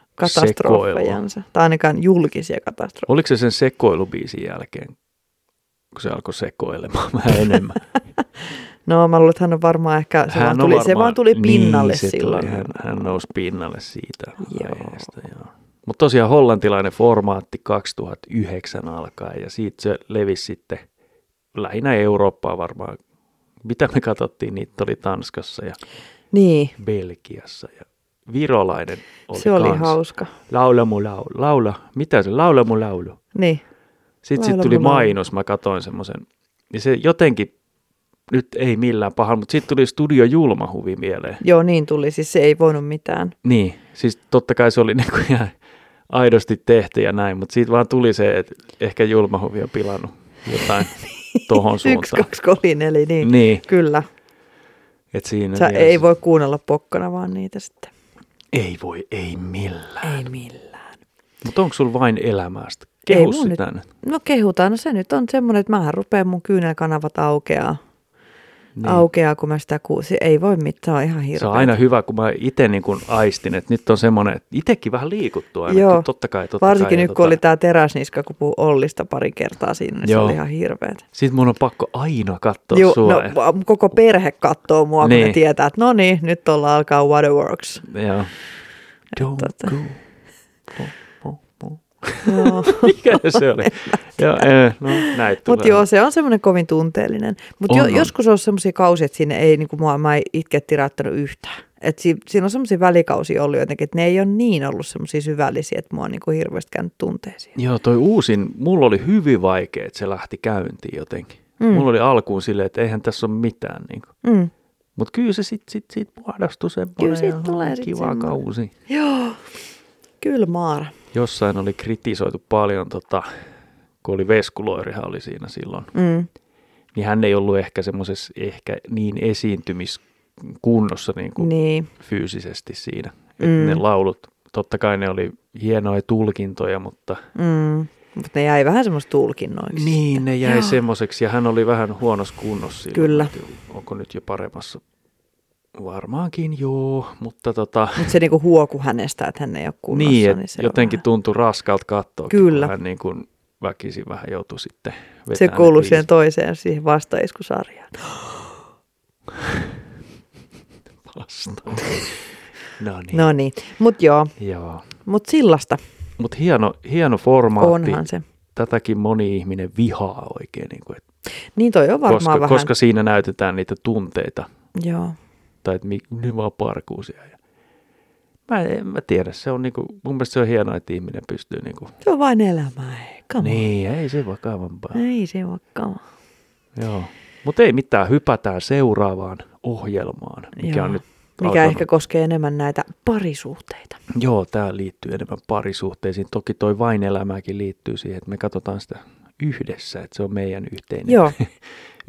Speaker 1: katastrofejansa. Tai ainakaan julkisia katastrofeja.
Speaker 2: Oliko se sen sekoilubiisin jälkeen, kun se alkoi sekoilemaan [laughs] vähän enemmän?
Speaker 1: No mä luulen, että hän on varmaan ehkä, se, vaan
Speaker 2: on
Speaker 1: tuli, se vaan tuli pinnalle
Speaker 2: niin, se tuli.
Speaker 1: silloin.
Speaker 2: Hän, hän nousi pinnalle siitä
Speaker 1: Joo.
Speaker 2: aiheesta, joo. Mutta tosiaan hollantilainen formaatti 2009 alkaen ja siitä se levisi sitten lähinnä Eurooppaa varmaan. Mitä me katsottiin, niitä oli Tanskassa ja
Speaker 1: Niin,
Speaker 2: Belgiassa ja virolainen oli
Speaker 1: se oli
Speaker 2: kans.
Speaker 1: hauska.
Speaker 2: Laula mu laulu, laula, mitä se, laula mu laulu.
Speaker 1: Niin.
Speaker 2: Sitten sit
Speaker 1: Laula
Speaker 2: tuli
Speaker 1: mu laulu.
Speaker 2: mainos, mä katoin semmoisen. Ja se jotenkin, nyt ei millään pahalla, mutta sitten tuli Studio Julmahuvi mieleen.
Speaker 1: Joo, niin tuli. Siis se ei voinut mitään.
Speaker 2: Niin, siis totta kai se oli [laughs] niinku ihan aidosti tehty ja näin, mutta siitä vaan tuli se, että ehkä Julmahuvi on pilannut
Speaker 1: [laughs]
Speaker 2: jotain tohon
Speaker 1: Niin, Yksi,
Speaker 2: suuntaan.
Speaker 1: kaksi, kolin, eli niin. niin.
Speaker 2: Niin, No
Speaker 1: Kyllä.
Speaker 2: että siinä
Speaker 1: Sä
Speaker 2: mielessä-
Speaker 1: ei voi kuunnella pokkana vaan niitä sitten.
Speaker 2: Ei voi, ei millään.
Speaker 1: Ei millään.
Speaker 2: Mutta onko sulla vain elämästä? Kehu
Speaker 1: Ei mun
Speaker 2: sitä nyt.
Speaker 1: No kehutaan. No se nyt on semmoinen, että mä rupean mun kyynelkanavat aukeaa. Niin.
Speaker 2: Niin.
Speaker 1: Aukeaa, kun mä sitä kuusi. Ei voi mitään, se on ihan
Speaker 2: Se
Speaker 1: hirveä.
Speaker 2: on aina hyvä, kun mä itse niin kun aistin, että nyt on semmoinen, että itsekin vähän liikuttuu aina.
Speaker 1: Joo.
Speaker 2: Joo. Totta kai, totta
Speaker 1: Varsinkin
Speaker 2: kai, tota-
Speaker 1: nyt, kun oli tämä teräsniska, kun puhuu Ollista pari kertaa siinä, niin se
Speaker 2: Joo.
Speaker 1: oli ihan hirveet.
Speaker 2: Sitten mun on pakko aina katsoa
Speaker 1: Juu,
Speaker 2: Joo, sua.
Speaker 1: no, va- koko perhe katsoo mua, kun ne
Speaker 2: Niin.
Speaker 1: tietää, että no niin, nyt ollaan alkaa Waterworks.
Speaker 2: No, Joo. Don't
Speaker 1: tota.
Speaker 2: go. Mo, mo, mo. [laughs]
Speaker 1: Joo.
Speaker 2: Mikä se oli? Joo, eh, no, näitä tulee.
Speaker 1: Mutta joo, se on semmoinen kovin tunteellinen. Mutta
Speaker 2: On,
Speaker 1: jo,
Speaker 2: on.
Speaker 1: joskus on semmoisia kausia, että siinä ei, niin kuin mua, mä en itke tirattanut yhtään. Et si, siinä on semmoisia välikausia ollut jotenkin, että ne ei ole niin ollut semmoisia syvällisiä, että mua on niin kuin hirveästi käynyt tunteisiin.
Speaker 2: Joo, toi uusin, mulla oli hyvin vaikea, että se lähti käyntiin jotenkin. Mm. Mulla oli alkuun silleen, että eihän tässä ole mitään. Niin
Speaker 1: Mm.
Speaker 2: Mutta kyllä se sitten sit, sit muodostui semmoinen
Speaker 1: Kyllä siitä
Speaker 2: ihan
Speaker 1: tulee sit
Speaker 2: kiva
Speaker 1: semmoinen.
Speaker 2: kausi.
Speaker 1: Joo, kyllä Maara.
Speaker 2: jossain oli kritisoitu paljon, tota, kun oli Veskuloirihan oli siinä silloin,
Speaker 1: Mm.
Speaker 2: niin hän ei ollut ehkä semmoisessa ehkä niin esiintymiskunnossa niin kuin niin.
Speaker 1: Niin,
Speaker 2: fyysisesti siinä. Mm.
Speaker 1: Mm.
Speaker 2: Ne laulut, totta kai ne oli hienoja tulkintoja, mutta
Speaker 1: mm. mutta ne jäi vähän semmoista tulkinnoiksi.
Speaker 2: niin ne jäi
Speaker 1: Joo.
Speaker 2: semmoiseksi ja hän oli vähän huonossa kunnossa silloin.
Speaker 1: Kyllä.
Speaker 2: Mä tiedän, Onko nyt jo paremmassa? Varmaankin joo, mutta tota,
Speaker 1: Mutta se niinku huoku hänestä, että hän ei ole kunnossa.
Speaker 2: niin,
Speaker 1: Niin,
Speaker 2: et
Speaker 1: se on
Speaker 2: jotenkin tuntui raskalta katsoa,
Speaker 1: Kyllä.
Speaker 2: kun hän niin kuin väkisin vähän joutui sitten
Speaker 1: vähän, se
Speaker 2: vetämään ne
Speaker 1: kuuluu
Speaker 2: biisit.
Speaker 1: siihen toiseen, siihen vastaiskusarjaan.
Speaker 2: vastaan.
Speaker 1: [laughs]
Speaker 2: no niin.
Speaker 1: No niin, mutta joo,
Speaker 2: Joo.
Speaker 1: mutta sillasta
Speaker 2: Mutta hieno, hieno formaatti.
Speaker 1: onhan se.
Speaker 2: Tätäkin moni ihminen vihaa oikein. Niin kuin, et
Speaker 1: Niin toi on varmaan
Speaker 2: koska,
Speaker 1: vähän.
Speaker 2: koska siinä näytetään niitä tunteita.
Speaker 1: Joo.
Speaker 2: Tai että mi- ne vaan parkuu siellä. Ja Mä en mä tiedä. Se on niinku, mun mielestä se on hienoa, että ihminen pystyy niinku,
Speaker 1: Se on vain elämää, ei kama. Niin.
Speaker 2: Niin, ei se vakavampaa.
Speaker 1: Ei se ole kama.
Speaker 2: Joo. Mutta ei mitään, hypätään seuraavaan ohjelmaan, mikä
Speaker 1: Joo.
Speaker 2: on nyt
Speaker 1: Mikä
Speaker 2: alkanut.
Speaker 1: ehkä koskee enemmän näitä parisuhteita.
Speaker 2: Joo, tämä liittyy enemmän parisuhteisiin. Toki toi vain elämääkin liittyy siihen, että me katsotaan sitä yhdessä, että se on meidän yhteinen,
Speaker 1: Joo,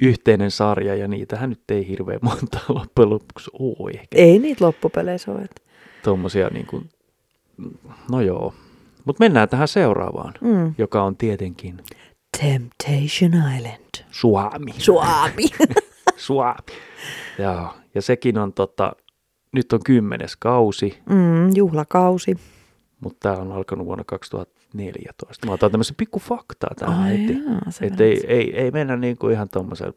Speaker 2: yhteinen sarja ja niitähän nyt ei hirveän monta [laughs] loppujen lopuksi ole ehkä.
Speaker 1: ei niitä loppupeleissä ole. että-
Speaker 2: Tuommoisia niin kuin, no joo. Mutta mennään tähän seuraavaan,
Speaker 1: Mm.
Speaker 2: joka on tietenkin
Speaker 1: Temptation Island. [laughs]
Speaker 2: Suomi.
Speaker 1: Suomi.
Speaker 2: Suomi. Joo, ja sekin on tota, nyt on kymmenes kausi,
Speaker 1: mm, juhlakausi.
Speaker 2: mutta tämä on alkanut vuonna 2014. Mä otan tämmöisen pikku faktaa tähän
Speaker 1: Ai
Speaker 2: heti.
Speaker 1: jaa, se
Speaker 2: Että ei, ei, ei mennä niin kuin ihan tuommoisella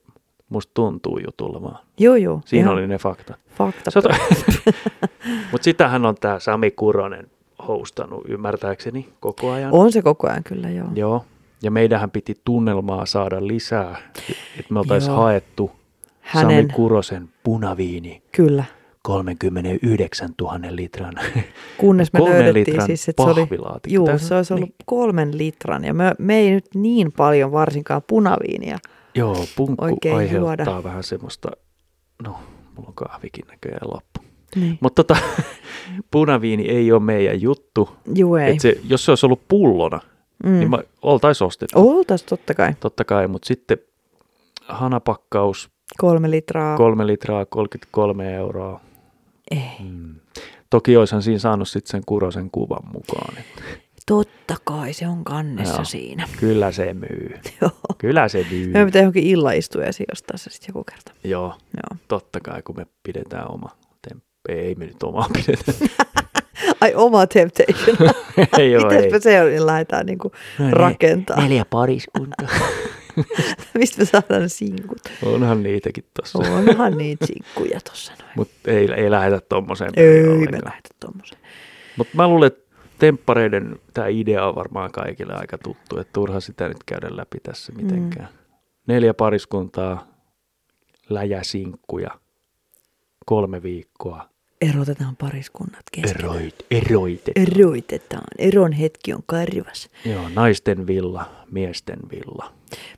Speaker 2: musta tuntuu jutulla vaan.
Speaker 1: Joo, joo.
Speaker 2: Siinä
Speaker 1: ihan
Speaker 2: oli ne faktat.
Speaker 1: Fakta.
Speaker 2: Sota... [laughs] Mutta sitähän on tämä Sami Kuronen houstannut ymmärtääkseni koko ajan.
Speaker 1: On se koko ajan kyllä, joo.
Speaker 2: Joo. Ja meidähän piti tunnelmaa saada lisää, että me oltaisiin
Speaker 1: Joo.
Speaker 2: haettu
Speaker 1: Hänen,
Speaker 2: Sami Kurosen punaviini
Speaker 1: kyllä.
Speaker 2: 39 000 litran
Speaker 1: Kunnes me
Speaker 2: kolmen
Speaker 1: löydettiin
Speaker 2: litran
Speaker 1: siis, että se oli...
Speaker 2: pahvilaatikko.
Speaker 1: Juu,
Speaker 2: Tässä-
Speaker 1: se olisi ollut
Speaker 2: Niin.
Speaker 1: kolmen litran ja me, me ei nyt niin paljon varsinkaan punaviinia.
Speaker 2: Niin, Joo, punkku
Speaker 1: oikein
Speaker 2: aiheuttaa
Speaker 1: juoda.
Speaker 2: vähän semmoista, no mulla on kahvikin näköjään loppu.
Speaker 1: Niin.
Speaker 2: Mutta tota, [laughs] punaviini ei ole meidän juttu.
Speaker 1: Juu ei.
Speaker 2: Et se, jos se olisi ollut pullona, mm. niin mä oltaisiin ostettu. Oh.
Speaker 1: Oltais totta kai.
Speaker 2: Totta kai, mutta sitten hanapakkaus,
Speaker 1: Kolme litraa. Kol-
Speaker 2: kolme litraa, 33 euroa.
Speaker 1: ei.
Speaker 2: Mm. Toki oishan siinä saanut sitten sen Kurosen kuvan mukaan. Et
Speaker 1: Totta kai, se on kannessa
Speaker 2: Joo.
Speaker 1: siinä. [laughs]
Speaker 2: Kyllä se myy.
Speaker 1: Joo.
Speaker 2: Kyllä se myy.
Speaker 1: Meidän pitää johonkin illaistujaisiin ostaa se sitten joku kerta.
Speaker 2: Joo,
Speaker 1: Joo.
Speaker 2: totta kai kun me pidetään oma temppu. Ei me nyt omaa pidetä. [laughs]
Speaker 1: Ai oma temptation.
Speaker 2: ei oo, ei.
Speaker 1: Mitenpä se on, niin lähdetään niinku
Speaker 2: No
Speaker 1: rakentaa.
Speaker 2: Neljä pariskunta.
Speaker 1: [laughs] Mistä me saadaan ne
Speaker 2: [laughs]
Speaker 1: sinkut?
Speaker 2: Onhan niitäkin tossa.
Speaker 1: Oh. Onhan niitä sinkkuja tuossa noin.
Speaker 2: Mutta ei, ei lähetä tommoseen. peliin
Speaker 1: Ei me
Speaker 2: ollenkaan.
Speaker 1: lähdetä tuommoiseen.
Speaker 2: Mutta mä luulen, että temppareiden tämä idea on varmaan kaikille aika tuttu, että turha sitä nyt käydä läpi tässä mitenkään. Mm. Neljä pariskuntaa, läjäsinkkuja, kolme viikkoa,
Speaker 1: Erotetaan pariskunnat keskenään.
Speaker 2: eroit, eroite.
Speaker 1: Eroitetaan. Eron hetki on karvas.
Speaker 2: Joo, naisten villa, miesten villa.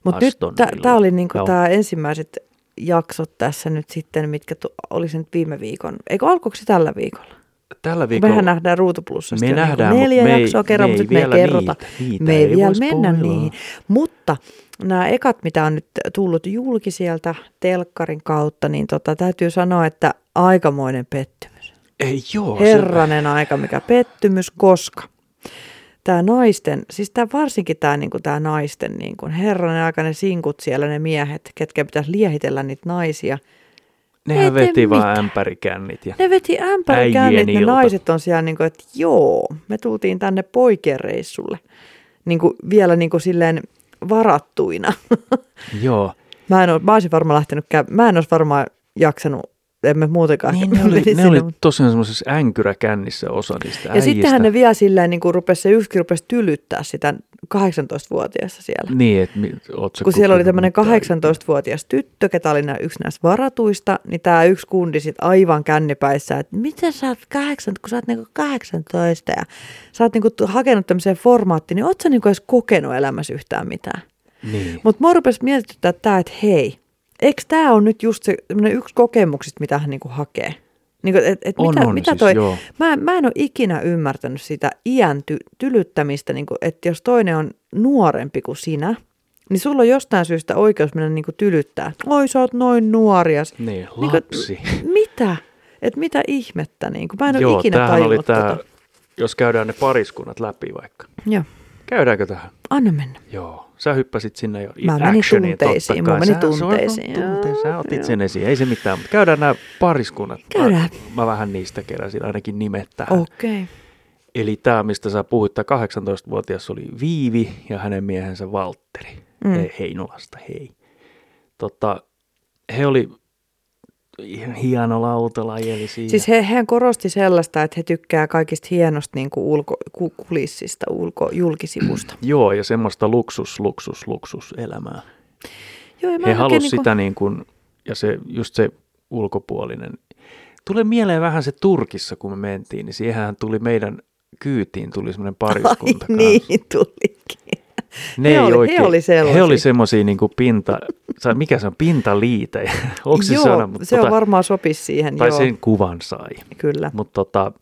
Speaker 1: Mutta nyt
Speaker 2: Aston Villa.
Speaker 1: tämä oli niinku
Speaker 2: Joo.
Speaker 1: tää ensimmäiset jaksot tässä nyt sitten, mitkä tu- oli se nyt viime viikon. Eikö alkoiko se tällä viikolla?
Speaker 2: Tällä
Speaker 1: Viikon.
Speaker 2: viikolla
Speaker 1: Mehän nähdään Ruutuplussasta
Speaker 2: me
Speaker 1: jo niinku
Speaker 2: nähdään, mut
Speaker 1: neljä
Speaker 2: me ei-
Speaker 1: jaksoa kerran,
Speaker 2: me
Speaker 1: mutta
Speaker 2: ei
Speaker 1: sitten me ei
Speaker 2: vielä
Speaker 1: kerrota.
Speaker 2: niitä- niitä
Speaker 1: me ei,
Speaker 2: ei
Speaker 1: vielä
Speaker 2: voi
Speaker 1: mennä
Speaker 2: spoilaa.
Speaker 1: niihin. Mutta nämä ekat, mitä on nyt tullut julki sieltä telkkarin kautta, niin tota, täytyy sanoa, että aikamoinen pettymys.
Speaker 2: ei joo,
Speaker 1: Herranen aika, mikä pettymys, koska tämä naisten, siis tää varsinkin tämä niinku, tää naisten, niinku, herranen aika ne sinkut siellä, ne miehet, ketkä pitäisi liehitellä niitä naisia.
Speaker 2: se,
Speaker 1: ei tee
Speaker 2: nehän veti vaan
Speaker 1: mitään.
Speaker 2: ämpärikännit ja
Speaker 1: Ne veti ämpärikännit,
Speaker 2: Äijien
Speaker 1: ne
Speaker 2: ilta.
Speaker 1: naiset on siellä, niinku, että joo, me tultiin tänne poikien reissulle. Niinku, vielä niinku, silleen varattuina. [laughs]
Speaker 2: joo.
Speaker 1: mä, en ole, mä olisin varmaan lähtenyt käy- mä en olisi varmaan jaksanut, emme muutenkaan.
Speaker 2: Niin, ne oli,
Speaker 1: menisi
Speaker 2: ne
Speaker 1: sinne,
Speaker 2: oli
Speaker 1: mutta-
Speaker 2: tosiaan semmoisessa änkyräkännissä osa niistä
Speaker 1: Ja
Speaker 2: äijistä.
Speaker 1: sittenhän ne vielä silleen, niin kuin rupesi, se yksikin rupesi tylyttää sitä 18-vuotiaassa siellä.
Speaker 2: Niin, että mi- oot sä
Speaker 1: Kun siellä oli
Speaker 2: kokenut
Speaker 1: tämmöinen
Speaker 2: mitään?
Speaker 1: 18-vuotias tyttö, ketä oli nää- yksi näistä varatuista, niin tämä yksi kundi sit aivan kännipäissä, että miten sä oot 8, kun sä oot niinku 18 ja sä oot niinku tu- hakenut tämmöiseen formaattiin, niin oot sä niinku edes kokenut elämässä yhtään mitään.
Speaker 2: Niin.
Speaker 1: Mutta mua rupesi mietityttää tämä, että hei, eikö tämä on nyt just se tämmönen yksi kokemuksista, mitä hän niinku hakee? Niinku, et, et
Speaker 2: On,
Speaker 1: mitä,
Speaker 2: on
Speaker 1: mitä
Speaker 2: siis,
Speaker 1: toi,
Speaker 2: joo.
Speaker 1: mä, mä en ole ikinä ymmärtänyt sitä iän ty, tylyttämistä, niinku, että jos toinen on nuorempi kuin sinä, niin sulla on jostain syystä oikeus mennä niinku tylyttää. Oi, sä oot noin nuori. Ja... Niin.
Speaker 2: Niin,
Speaker 1: Niin,
Speaker 2: lapsi.
Speaker 1: Mitä? Et mitä ihmettä? Niinku? Mä en ole
Speaker 2: Joo,
Speaker 1: ikinä
Speaker 2: tämähän oli
Speaker 1: tajunnut
Speaker 2: tämä,
Speaker 1: tota.
Speaker 2: jos käydään ne pariskunnat läpi vaikka.
Speaker 1: Joo,
Speaker 2: Käydäänkö tähän?
Speaker 1: anna mennä.
Speaker 2: Joo, sä hyppäsit sinne jo
Speaker 1: Mä menin
Speaker 2: actioniin, totta
Speaker 1: tunteisiin,
Speaker 2: kai.
Speaker 1: mä menin
Speaker 2: Sä- sä-
Speaker 1: tunteisiin,
Speaker 2: sä-
Speaker 1: joo,
Speaker 2: Sä otit
Speaker 1: joo.
Speaker 2: sen esiin, ei se mitään, mutta käydään nämä pariskunnat. Mä-
Speaker 1: Käydään.
Speaker 2: Mä, vähän niistä keräsin ainakin nimet tähän.
Speaker 1: Okei. Okay.
Speaker 2: Eli tämä, mistä sä puhuit, tämä 18-vuotias oli Viivi ja hänen miehensä Valtteri.
Speaker 1: Mm.
Speaker 2: Mm. Heinolasta, hei. Tota, he oli ihan hieno lautalaji, eli siinä.
Speaker 1: Siis he, he korosti sellaista, että he tykkää kaikista hienosta niin kuin ulko, ku, kulissista, ulko, julkisivusta.
Speaker 2: Joo, ja semmoista luksus, luksus, luksus elämää.
Speaker 1: Joo, ja mä
Speaker 2: He
Speaker 1: en oikein
Speaker 2: halusivat
Speaker 1: niinku-
Speaker 2: sitä niin kuin, ja se, just se ulkopuolinen. Tulee mieleen vähän se Turkissa, kun me mentiin, niin siihenhän tuli meidän kyytiin tuli semmoinen
Speaker 1: [laughs]
Speaker 2: pariskunta
Speaker 1: Ai,
Speaker 2: kanssa.
Speaker 1: niin tulikin.
Speaker 2: Ne
Speaker 1: He
Speaker 2: ei
Speaker 1: oli- he
Speaker 2: oikein,
Speaker 1: oli sellaisia.
Speaker 2: He oli semmoisia niin kuin pinta, sa- mikä se on, pintaliite, [laughs] onko se
Speaker 1: joo,
Speaker 2: sana? Mut tota,
Speaker 1: se on varmaan sopi siihen,
Speaker 2: tai siis
Speaker 1: joo,
Speaker 2: sen kuvan sai.
Speaker 1: kyllä.
Speaker 2: Mutta tota,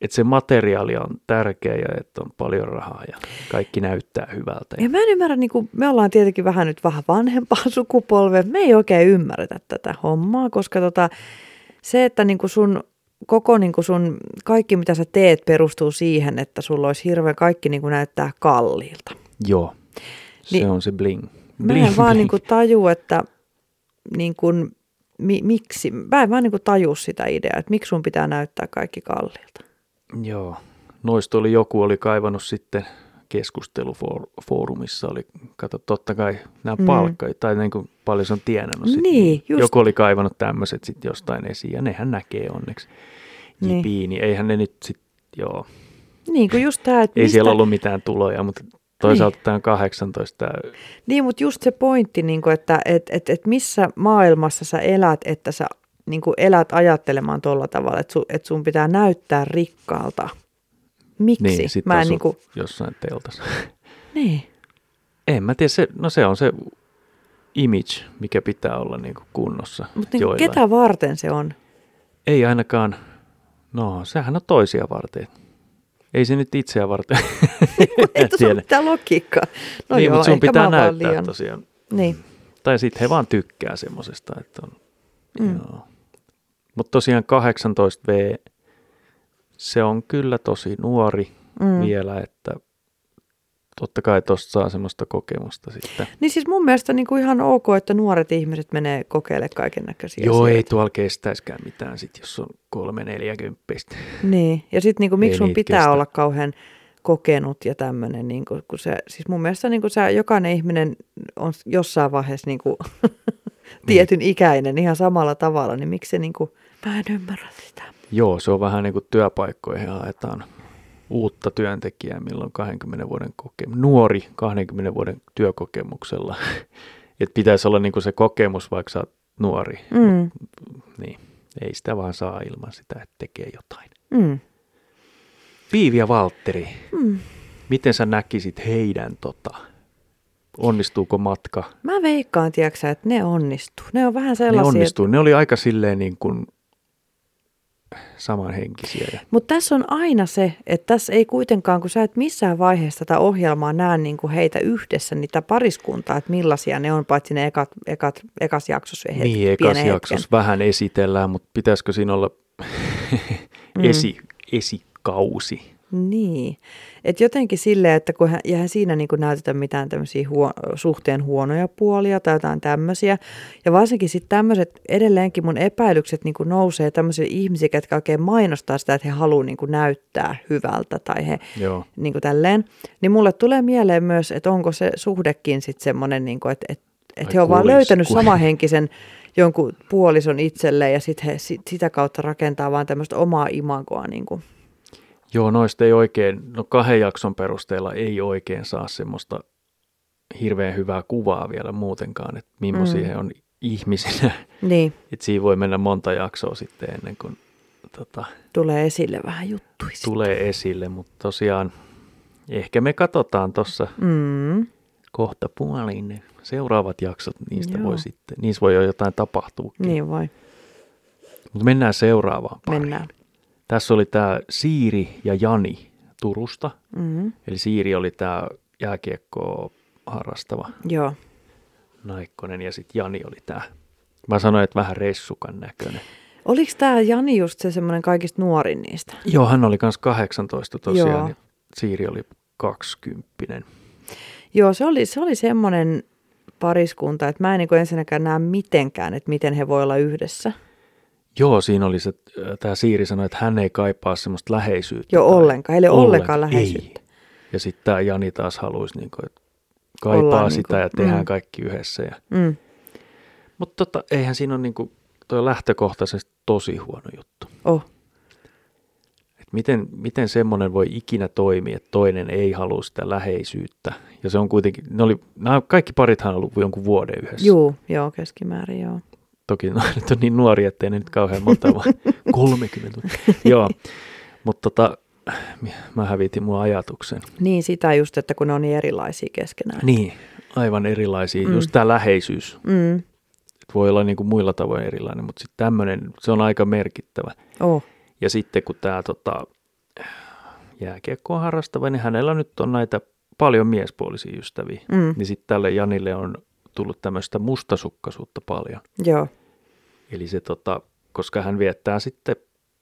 Speaker 2: että se materiaali on tärkeä ja että on paljon rahaa ja kaikki näyttää hyvältä.
Speaker 1: Ja mä en ymmärrä, niin kuin, me ollaan tietenkin vähän nyt vähän vanhempaa [laughs] sukupolvea, me ei oikein ymmärretä tätä hommaa, koska tota, se, että niin kuin sun koko niin kuin sun, kaikki mitä sä teet perustuu siihen, että sulla olisi hirveän kaikki niin kuin näyttää kalliilta.
Speaker 2: Joo, se
Speaker 1: Niin-
Speaker 2: on se bling.
Speaker 1: Mä
Speaker 2: Bling,
Speaker 1: en vaan
Speaker 2: bling.
Speaker 1: niinku taju, että niinku, mi, miksi, mä en vaan niinku taju sitä ideaa, että miksi sun pitää näyttää kaikki kalliilta.
Speaker 2: Joo. Noista oli joku oli kaivannut sitten keskustelufoorumissa oli, kato totta kai nämä
Speaker 1: Mm.
Speaker 2: mm. palkka, tai niin kuin paljon se on tienannut sitten.
Speaker 1: Niin, just.
Speaker 2: Joku oli kaivannut tämmöiset sitten jostain esiin ja nehän näkee onneksi.
Speaker 1: Niin.
Speaker 2: Jipii, niin. eihän ne nyt sitten, joo,
Speaker 1: Niin kuin just tämä, että
Speaker 2: ei
Speaker 1: mistä,
Speaker 2: siellä ollut mitään tuloja, mutta toisaalta tämä on 18, tää,
Speaker 1: Niin, mutta just se pointti, niinku, että et, et, et missä maailmassa sä elät, että sä niinku, elät ajattelemaan tuolla tavalla, että sun, et sun pitää näyttää rikkaalta. Miksi?
Speaker 2: niin sitten
Speaker 1: mä en
Speaker 2: asut
Speaker 1: niinku,
Speaker 2: jossain teltassa.
Speaker 1: niin.
Speaker 2: en mä tiedä, se, no se on se image, mikä pitää olla niin kuin kunnossa
Speaker 1: Mutta niinku,
Speaker 2: joillain.
Speaker 1: ketä varten se on?
Speaker 2: Ei ainakaan. No, sehän on toisia varten. Ei se nyt itseä varten.
Speaker 1: [laughs] Ei tuossa ole
Speaker 2: tiedä.
Speaker 1: mitään logiikkaa. No
Speaker 2: niin,
Speaker 1: joo,
Speaker 2: mutta sun
Speaker 1: ehkä mä
Speaker 2: pitää
Speaker 1: oon vaan
Speaker 2: näyttää
Speaker 1: liian-
Speaker 2: tosiaan.
Speaker 1: Niin.
Speaker 2: Tai sitten he vaan tykkää semmosesta, että on.
Speaker 1: Mm.
Speaker 2: Mm. Mutta tosiaan 18V, se on kyllä tosi nuori.
Speaker 1: Mm.
Speaker 2: vielä, että totta kai tuosta saa semmoista kokemusta sitten.
Speaker 1: Niin siis mun mielestä niin kuin ihan ok, että nuoret ihmiset menee kokeile kaiken näköisiä
Speaker 2: Joo, ei
Speaker 1: asioita.
Speaker 2: tuolla kestäiskään mitään sit, jos on kolme neljäkymppistä.
Speaker 1: Niin, ja sitten niinku, miksi
Speaker 2: Ei
Speaker 1: sun
Speaker 2: niitä
Speaker 1: pitää
Speaker 2: kestä.
Speaker 1: olla kauhean kokenut ja tämmöinen, niinku, kun se, siis mun mielestä niinku, sä, jokainen ihminen on s- jossain vaiheessa niinku, [laughs]
Speaker 2: Niin.
Speaker 1: tietyn ikäinen ihan samalla tavalla, niin miksi se niinku, mä en ymmärrä sitä.
Speaker 2: Joo, se on vähän niin kuin työpaikkoihin haetaan uutta työntekijää, milloin 20 vuoden kokemus, nuori 20 vuoden työkokemuksella. [laughs] Et pitäisi olla niin kuin se kokemus, vaikka sä oot nuori.
Speaker 1: Mm,
Speaker 2: Niin, ei sitä vaan saa ilman sitä, että tekee jotain.
Speaker 1: mm,
Speaker 2: Piivi ja Valtteri,
Speaker 1: mm.
Speaker 2: miten sä näkisit heidän tota, onnistuuko matka?
Speaker 1: Mä veikkaan, tiedätkö, että ne onnistuu. Ne on vähän
Speaker 2: Ne
Speaker 1: sellaisia,
Speaker 2: onnistuu. Ne oli aika silleen niin kuin samanhenkisiä. Ja,
Speaker 1: Mutta tässä on aina se, että tässä ei kuitenkaan, kun sä et missään vaiheessa tätä ohjelmaa näe niin kuin heitä yhdessä, niitä pariskuntaa, että millaisia ne on, paitsi ne ekat, ekat, ekas jaksossa. he-
Speaker 2: niin, ekas
Speaker 1: pienen
Speaker 2: jaksossa vähän esitellään, mutta pitäisikö
Speaker 1: [laughs]
Speaker 2: siinä olla
Speaker 1: Mm.
Speaker 2: esi, esikausi?
Speaker 1: Hetken. Niin. Et jotenkin silleen, että kun hän, ja hän siinä niin kuin näytetä mitään tämmöisiä huo, suhteen huonoja puolia tai jotain tämmöisiä. Ja varsinkin sitten tämmöiset, edelleenkin mun epäilykset niin kuin nousee tämmöisille ihmisille, jotka oikein mainostaa sitä, että he haluaa niin kuin näyttää hyvältä tai he
Speaker 2: Joo.
Speaker 1: niin kuin tälleen, niin mulle tulee mieleen myös, että onko se suhdekin sitten semmoinen, niin että et, et
Speaker 2: Ai
Speaker 1: he on vaan
Speaker 2: kuulis-
Speaker 1: löytänyt
Speaker 2: ku-
Speaker 1: samahenkisen jonkun puolison itselleen ja sitten he sit, sitä kautta rakentaa vaan tämmöistä omaa imagoa. Niin kuin.
Speaker 2: Joo, noista ei oikein, no kahden jakson perusteella ei oikein saa semmoista hirveän hyvää kuvaa vielä muutenkaan, että millaisia
Speaker 1: Mm.
Speaker 2: mm. he on ihmisinä. [laughs]
Speaker 1: Niin,
Speaker 2: Et siinä voi mennä monta jaksoa sitten ennen kuin tota,
Speaker 1: tulee esille vähän juttuja. sit.
Speaker 2: tulee esille, mutta tosiaan ehkä me katsotaan tuossa
Speaker 1: Mm,
Speaker 2: kohta puoliin ne seuraavat jaksot, niistä
Speaker 1: Joo.
Speaker 2: voi sitten, niissä voi jo jotain tapahtuukin.
Speaker 1: niin voi,
Speaker 2: Mutta mennään seuraavaan pariin.
Speaker 1: mennään.
Speaker 2: Tässä oli tämä Siiri ja Jani Turusta,
Speaker 1: Mm,
Speaker 2: eli Siiri oli tämä jääkiekkoa harrastava
Speaker 1: joo.
Speaker 2: naikkonen ja sitten Jani oli tämä, mä sanoin, että vähän ressukan näköinen.
Speaker 1: Oliko tämä Jani just se semmoinen kaikista nuorin niistä?
Speaker 2: Joo, hän oli kans 18 tosiaan
Speaker 1: Joo.
Speaker 2: Joo. ja Siiri oli 20.
Speaker 1: Joo, se oli, se oli semmoinen pariskunta, että mä en niin ensinnäkään näe mitenkään, että miten he voi olla yhdessä.
Speaker 2: Joo, siinä oli se, tämä Siiri sanoi, että hän ei kaipaa semmoista läheisyyttä.
Speaker 1: Joo,
Speaker 2: tai-
Speaker 1: ollenkaan. Heillä ei ole ollenkaan
Speaker 2: Ei.
Speaker 1: läheisyyttä.
Speaker 2: Ja sitten tämä Jani taas haluaisi, niin kuin, että
Speaker 1: Ollaan
Speaker 2: kaipaa
Speaker 1: niinku-
Speaker 2: sitä ja tehdään
Speaker 1: mm.
Speaker 2: kaikki yhdessä. Ja...
Speaker 1: Mm.
Speaker 2: Mutta tota, eihän siinä ole niin kuin, toi lähtökohtaisesti tosi huono juttu.
Speaker 1: Oh.
Speaker 2: Et miten, miten semmoinen voi ikinä toimia, että toinen ei halua sitä läheisyyttä. Ja se on kuitenkin, ne oli, nämä kaikki parithan on ollut jonkun vuoden yhdessä.
Speaker 1: Juu, joo, keskimäärin joo.
Speaker 2: Toki no, [laughs] nyt on niin nuori, ettei ne nyt kauhean monta, vaan 30. Joo, mutta tota, mä hävitin mun ajatuksen.
Speaker 1: Niin sitä just, että kun ne on niin erilaisia keskenään.
Speaker 2: Niin, aivan erilaisia.
Speaker 1: Mm.
Speaker 2: Mm. Just tämä läheisyys
Speaker 1: Mm.
Speaker 2: Et voi olla niinku muilla tavoin erilainen, mutta sitten tämmöinen, se on aika merkittävä.
Speaker 1: Oh.
Speaker 2: Ja sitten kun tämä tota, jääkiekkoa harrastava, niin hänellä nyt on näitä paljon miespuolisia ystäviä.
Speaker 1: Mm.
Speaker 2: Niin sitten tälle Janille on tullut tämmöistä mustasukkaisuutta paljon.
Speaker 1: Joo.
Speaker 2: Eli se, tota, koska hän viettää sitten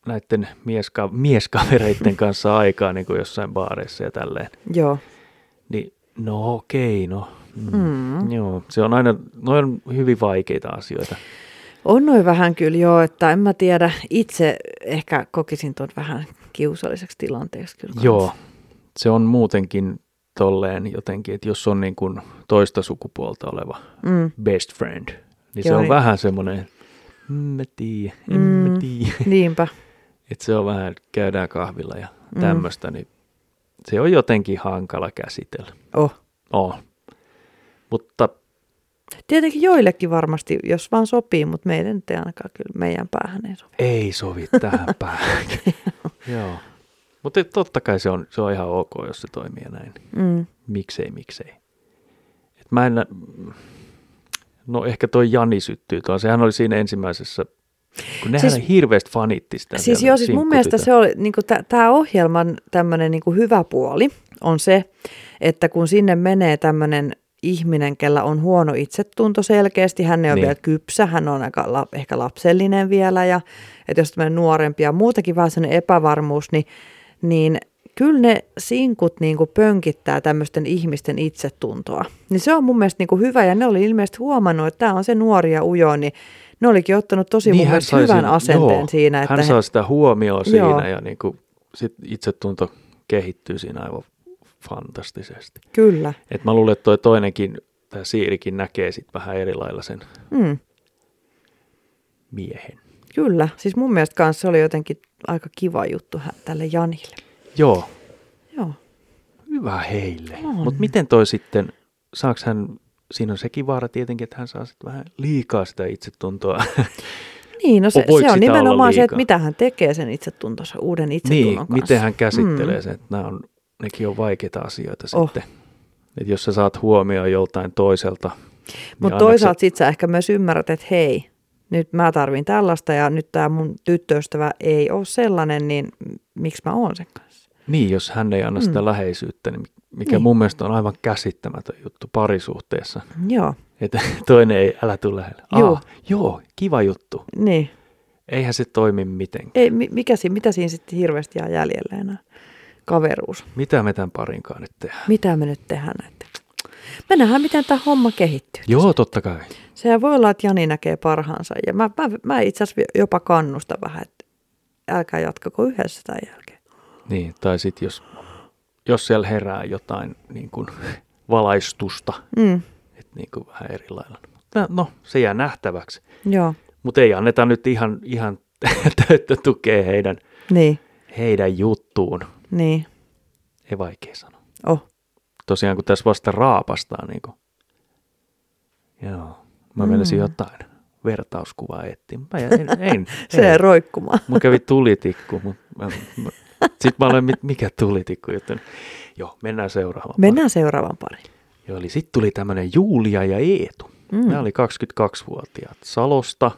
Speaker 2: näiden mieska- mieskavereiden kanssa aikaa niin kuin jossain baareissa ja tälleen,
Speaker 1: Joo.
Speaker 2: niin no okei, no. Mm.
Speaker 1: Mm.
Speaker 2: Joo, se on aina, noin on hyvin vaikeita asioita.
Speaker 1: On noin vähän kyllä joo, että en mä tiedä. Itse ehkä kokisin tuon vähän kiusalliseksi tilanteeksi kyllä. kans.
Speaker 2: Joo, se on muutenkin tolleen jotenkin, että jos on niin kuin toista sukupuolta oleva
Speaker 1: Mm.
Speaker 2: best friend, niin se
Speaker 1: Joo,
Speaker 2: on
Speaker 1: niin.
Speaker 2: vähän semmoinen, en mä tiedä, en
Speaker 1: Mm.
Speaker 2: mä tiedä.
Speaker 1: Niinpä.
Speaker 2: [laughs] Että se on vähän, käydään kahvilla ja
Speaker 1: Mm.
Speaker 2: tämmöistä, niin se on jotenkin hankala käsitellä.
Speaker 1: Oh.
Speaker 2: On. Mutta
Speaker 1: Tietenkin joillekin varmasti, jos vaan sopii, mutta meidän nyt ei ainakaan kyllä meidän päähän ei sovi.
Speaker 2: ei
Speaker 1: [laughs]
Speaker 2: sovi tähän päähän. Joo. Mutta totta kai se on, se on ihan ok, jos se toimii ja näin.
Speaker 1: Mm.
Speaker 2: Miksei, miksei. Et mä en, nä- no ehkä toi Jani syttyy tuon. Sehän oli siinä ensimmäisessä, kun nehän
Speaker 1: Siis-
Speaker 2: siis, hirveästi fanitti sitä.
Speaker 1: Siis joo, siis mun mielestä se oli, niin tämä ohjelman tämmöinen niin hyvä puoli on se, että kun sinne menee tämmöinen ihminen, kellä on huono itsetunto selkeästi, hän ei ole
Speaker 2: Niin.
Speaker 1: vielä kypsä, hän on aika la, ehkä lapsellinen vielä ja että jos tämmöinen nuorempi ja muutenkin vähän sellainen epävarmuus, niin, niin kyllä ne sinkut niin kuin pönkittää tämmöisten ihmisten itsetuntoa. Niin se on mun mielestä niin kuin hyvä ja ne oli ilmeisesti huomannut, että tämä on se nuori ja ujo, niin ne olikin ottanut tosi niin, mun mielestä
Speaker 2: sai
Speaker 1: hyvän
Speaker 2: sen-
Speaker 1: asenteen
Speaker 2: joo,
Speaker 1: siinä. Että
Speaker 2: hän saa sitä huomioon
Speaker 1: Joo.
Speaker 2: siinä ja niin kuin, sit itsetunto kehittyy siinä aivan fantastisesti.
Speaker 1: Kyllä.
Speaker 2: Et mä luulen, että toi toinenkin, tämä Siirikin näkee sitten vähän eri lailla sen
Speaker 1: Mm,
Speaker 2: miehen.
Speaker 1: kyllä. Siis mun mielestä kanssa se oli jotenkin aika kiva juttu hä- tälle Janille.
Speaker 2: Joo,
Speaker 1: Joo.
Speaker 2: hyvä heille.
Speaker 1: On.
Speaker 2: Mutta miten toi sitten, saaks hän, siinä on sekin vaara tietenkin, että hän saa sitten vähän liikaa sitä itsetuntoa.
Speaker 1: Niin, no se,
Speaker 2: Voiko
Speaker 1: se on
Speaker 2: sitä olla
Speaker 1: nimenomaan se, että
Speaker 2: liikaa?
Speaker 1: mitä hän tekee sen itsetuntonsa, uuden itsetunnon
Speaker 2: niin,
Speaker 1: kanssa.
Speaker 2: miten hän käsittelee
Speaker 1: Mm.
Speaker 2: mm. sen, että nämä on, nekin on vaikeita asioita
Speaker 1: Oh.
Speaker 2: oh. sitten. Et jos sä saat huomioon joltain toiselta. niin
Speaker 1: Mutta
Speaker 2: annat
Speaker 1: toisaalta sit sä ehkä myös ymmärrät, että hei, nyt mä tarvin tällaista ja nyt tämä mun tyttöystävä ei ole sellainen, niin m- miksi mä oon sen kanssa?
Speaker 2: Se, niin, jos hän ei anna sitä
Speaker 1: Mm.
Speaker 2: läheisyyttä, niin mikä
Speaker 1: Niin.
Speaker 2: niin. mun mielestä on aivan käsittämätön juttu parisuhteessa.
Speaker 1: Joo,
Speaker 2: Että [laughs] toinen ei, älä tule lähelle.
Speaker 1: Juu.
Speaker 2: Aa, joo, kiva juttu.
Speaker 1: niin.
Speaker 2: Eihän se toimi mitenkään.
Speaker 1: Ei, mi- mikä siinä, mitä siinä sitten hirveästi jää jäljellä enää? Kaveruus.
Speaker 2: Mitä me tämän parinkaan nyt tehdään?
Speaker 1: Mitä me nyt tehdään näitä? Me nähdään, miten tämä homma kehittyy.
Speaker 2: Joo, totta kai.
Speaker 1: Se voi olla, että Jani näkee parhaansa. Ja mä, mä, mä itse asiassa jopa kannustan vähän, että älkää jatkako yhdessä tämän jälkeen.
Speaker 2: Niin, tai sitten jos, jos siellä herää jotain niin kuin, [laughs] valaistusta,
Speaker 1: Mm,
Speaker 2: että niin kuin vähän eri lailla. Tää- No, se jää nähtäväksi.
Speaker 1: joo,
Speaker 2: Mutta ei anneta nyt ihan, ihan [laughs] täyttä tukea heidän,
Speaker 1: niin,
Speaker 2: heidän juttuun.
Speaker 1: niin,
Speaker 2: Ei vaikea sanoa.
Speaker 1: oh,
Speaker 2: Tosiaan kun tässä vasta raapastaa, niin kuin, joo, mä
Speaker 1: Mm.
Speaker 2: menisin jotain vertauskuvaa etsiä. Mä en,
Speaker 1: [laughs]
Speaker 2: en, en,
Speaker 1: se ei. roikkumaan.
Speaker 2: Mun kävi tulitikku, mutta sitten mä olen, mikä tulitikku juttu. Joo, mennään seuraavaan.
Speaker 1: Mennään seuraavaan pariin.
Speaker 2: Joo, eli sitten tuli tämmöinen Julia ja Eetu. Mm. Nämä oli 22-vuotiaat Salosta.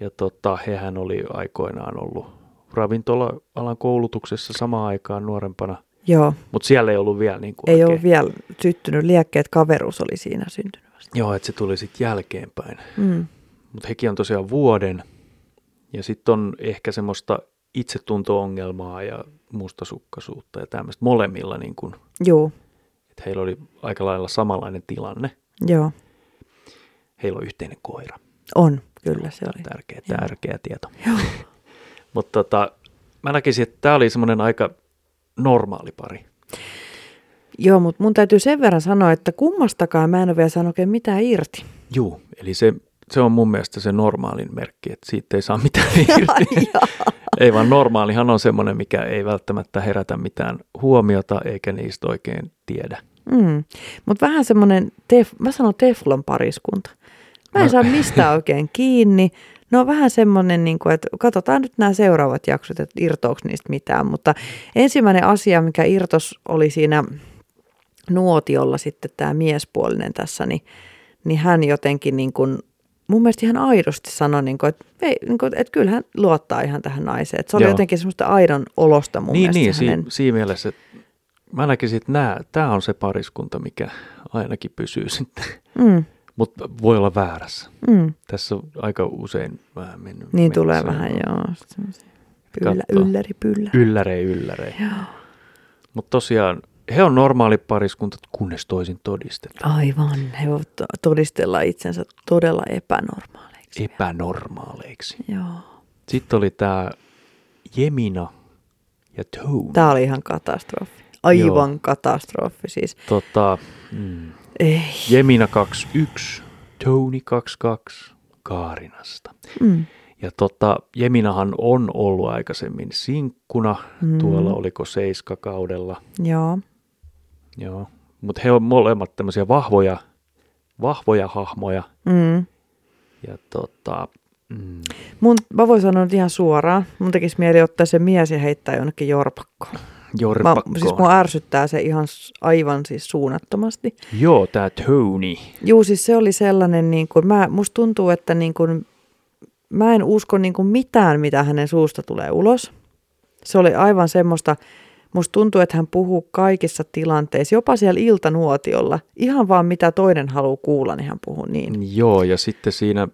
Speaker 2: Ja tota, hehän oli aikoinaan ollut ravintola-alan koulutuksessa samaan aikaan nuorempana.
Speaker 1: Joo,
Speaker 2: Mutta siellä ei ollut vielä niin kuin
Speaker 1: ei ole vielä syttynyt liekkeet, kaveruus oli siinä syntynyt vasta.
Speaker 2: Joo, että se tuli sitten jälkeenpäin.
Speaker 1: Mm.
Speaker 2: Mutta hekin on tosiaan vuoden. Ja sitten on ehkä semmoista itsetunto-ongelmaa ja mustasukkaisuutta ja tämmöistä molemmilla. Niin kuin,
Speaker 1: Joo,
Speaker 2: että heillä oli aika lailla samanlainen tilanne.
Speaker 1: joo,
Speaker 2: Heillä on yhteinen koira.
Speaker 1: on, kyllä se oli.
Speaker 2: Tärkeä,
Speaker 1: Joo.
Speaker 2: tärkeä tieto.
Speaker 1: [laughs] Joo.
Speaker 2: Mutta tota, mä näkisin, että tämä oli semmoinen aika normaali pari.
Speaker 1: Joo, mutta mun täytyy sen verran sanoa, että kummastakaan mä en ole vielä saanut oikein mitään irti.
Speaker 2: Juu, eli se, se on mun mielestä se normaalin merkki, että siitä ei saa
Speaker 1: [laughs]
Speaker 2: mitään irti. ei vaan normaalihan on semmoinen, mikä ei välttämättä herätä mitään huomiota eikä niistä oikein tiedä.
Speaker 1: Mm. Mutta vähän semmoinen, tef- mä sanon teflon pariskunta. Mä en
Speaker 2: Mä-
Speaker 1: saa
Speaker 2: [laughs]
Speaker 1: mistään oikein kiinni. No vähän semmoinen, niin kuin, että katsotaan nyt nämä seuraavat jaksot, että irtoako niistä mitään. Mutta ensimmäinen asia, mikä irtos oli siinä nuotiolla sitten tämä miespuolinen tässä, niin, niin hän jotenkin niin kuin, mun mielestä ihan aidosti sanoi, niin kuin, että, ei, niin kuin, että kyllähän luottaa ihan tähän naiseen. Että se oli Joo.
Speaker 2: Joo.
Speaker 1: jotenkin semmoista aidon olosta mun
Speaker 2: niin,
Speaker 1: mielestä
Speaker 2: niin
Speaker 1: se hänen...
Speaker 2: siinä, siinä mielessä mä näkisin, että tämä on se pariskunta, mikä ainakin pysyy sitten.
Speaker 1: Mm,
Speaker 2: Mutta voi olla väärässä.
Speaker 1: mm.
Speaker 2: Tässä on aika usein vähän mennyt.
Speaker 1: Niin
Speaker 2: mennyt
Speaker 1: tulee
Speaker 2: se-
Speaker 1: vähän, joo. semmosia Pyllä,
Speaker 2: Kattoo.
Speaker 1: ylläri, pyllä.
Speaker 2: Yllärei, yllärei.
Speaker 1: Joo.
Speaker 2: Mutta tosiaan, he on normaali pariskunta, kunnes toisin todistetaan.
Speaker 1: Aivan, he voivat to- todistella itsensä todella epänormaaleiksi.
Speaker 2: Epänormaaleiksi.
Speaker 1: Joo.
Speaker 2: Sitten oli tämä Jemina ja Tone.
Speaker 1: Tämä oli ihan katastrofi. Aivan Joo. katastrofi siis.
Speaker 2: Tota, mm,
Speaker 1: Ei.
Speaker 2: Jemina 21, Tony 22 Kaarinasta.
Speaker 1: Mm.
Speaker 2: Ja tota, Jeminahan on ollut aikaisemmin sinkkuna,
Speaker 1: Mm.
Speaker 2: mm. tuolla oliko seiskakaudella.
Speaker 1: Joo.
Speaker 2: Joo. Mutta he on molemmat tämmöisiä vahvoja, vahvoja hahmoja.
Speaker 1: Mm.
Speaker 2: Ja tota, mm,
Speaker 1: Mun, mä voin sanoa nyt ihan suoraan. Mun tekisi mieli ottaa se mies ja heittää jonnekin jorpakkoon. Mä,
Speaker 2: jorpakkoon.
Speaker 1: siis mua ärsyttää se ihan s- aivan siis suunnattomasti.
Speaker 2: Joo, tämä Tony.
Speaker 1: Juu, siis se oli sellainen, niin kuin, mä, musta tuntuu, että niin kuin, mä en usko niin kuin mitään, mitä hänen suusta tulee ulos. Se oli aivan semmoista, musta tuntuu, että hän puhuu kaikissa tilanteissa, jopa siellä iltanuotiolla. Ihan vaan mitä toinen haluaa kuulla, niin hän puhuu niin.
Speaker 2: Joo, ja sitten siinä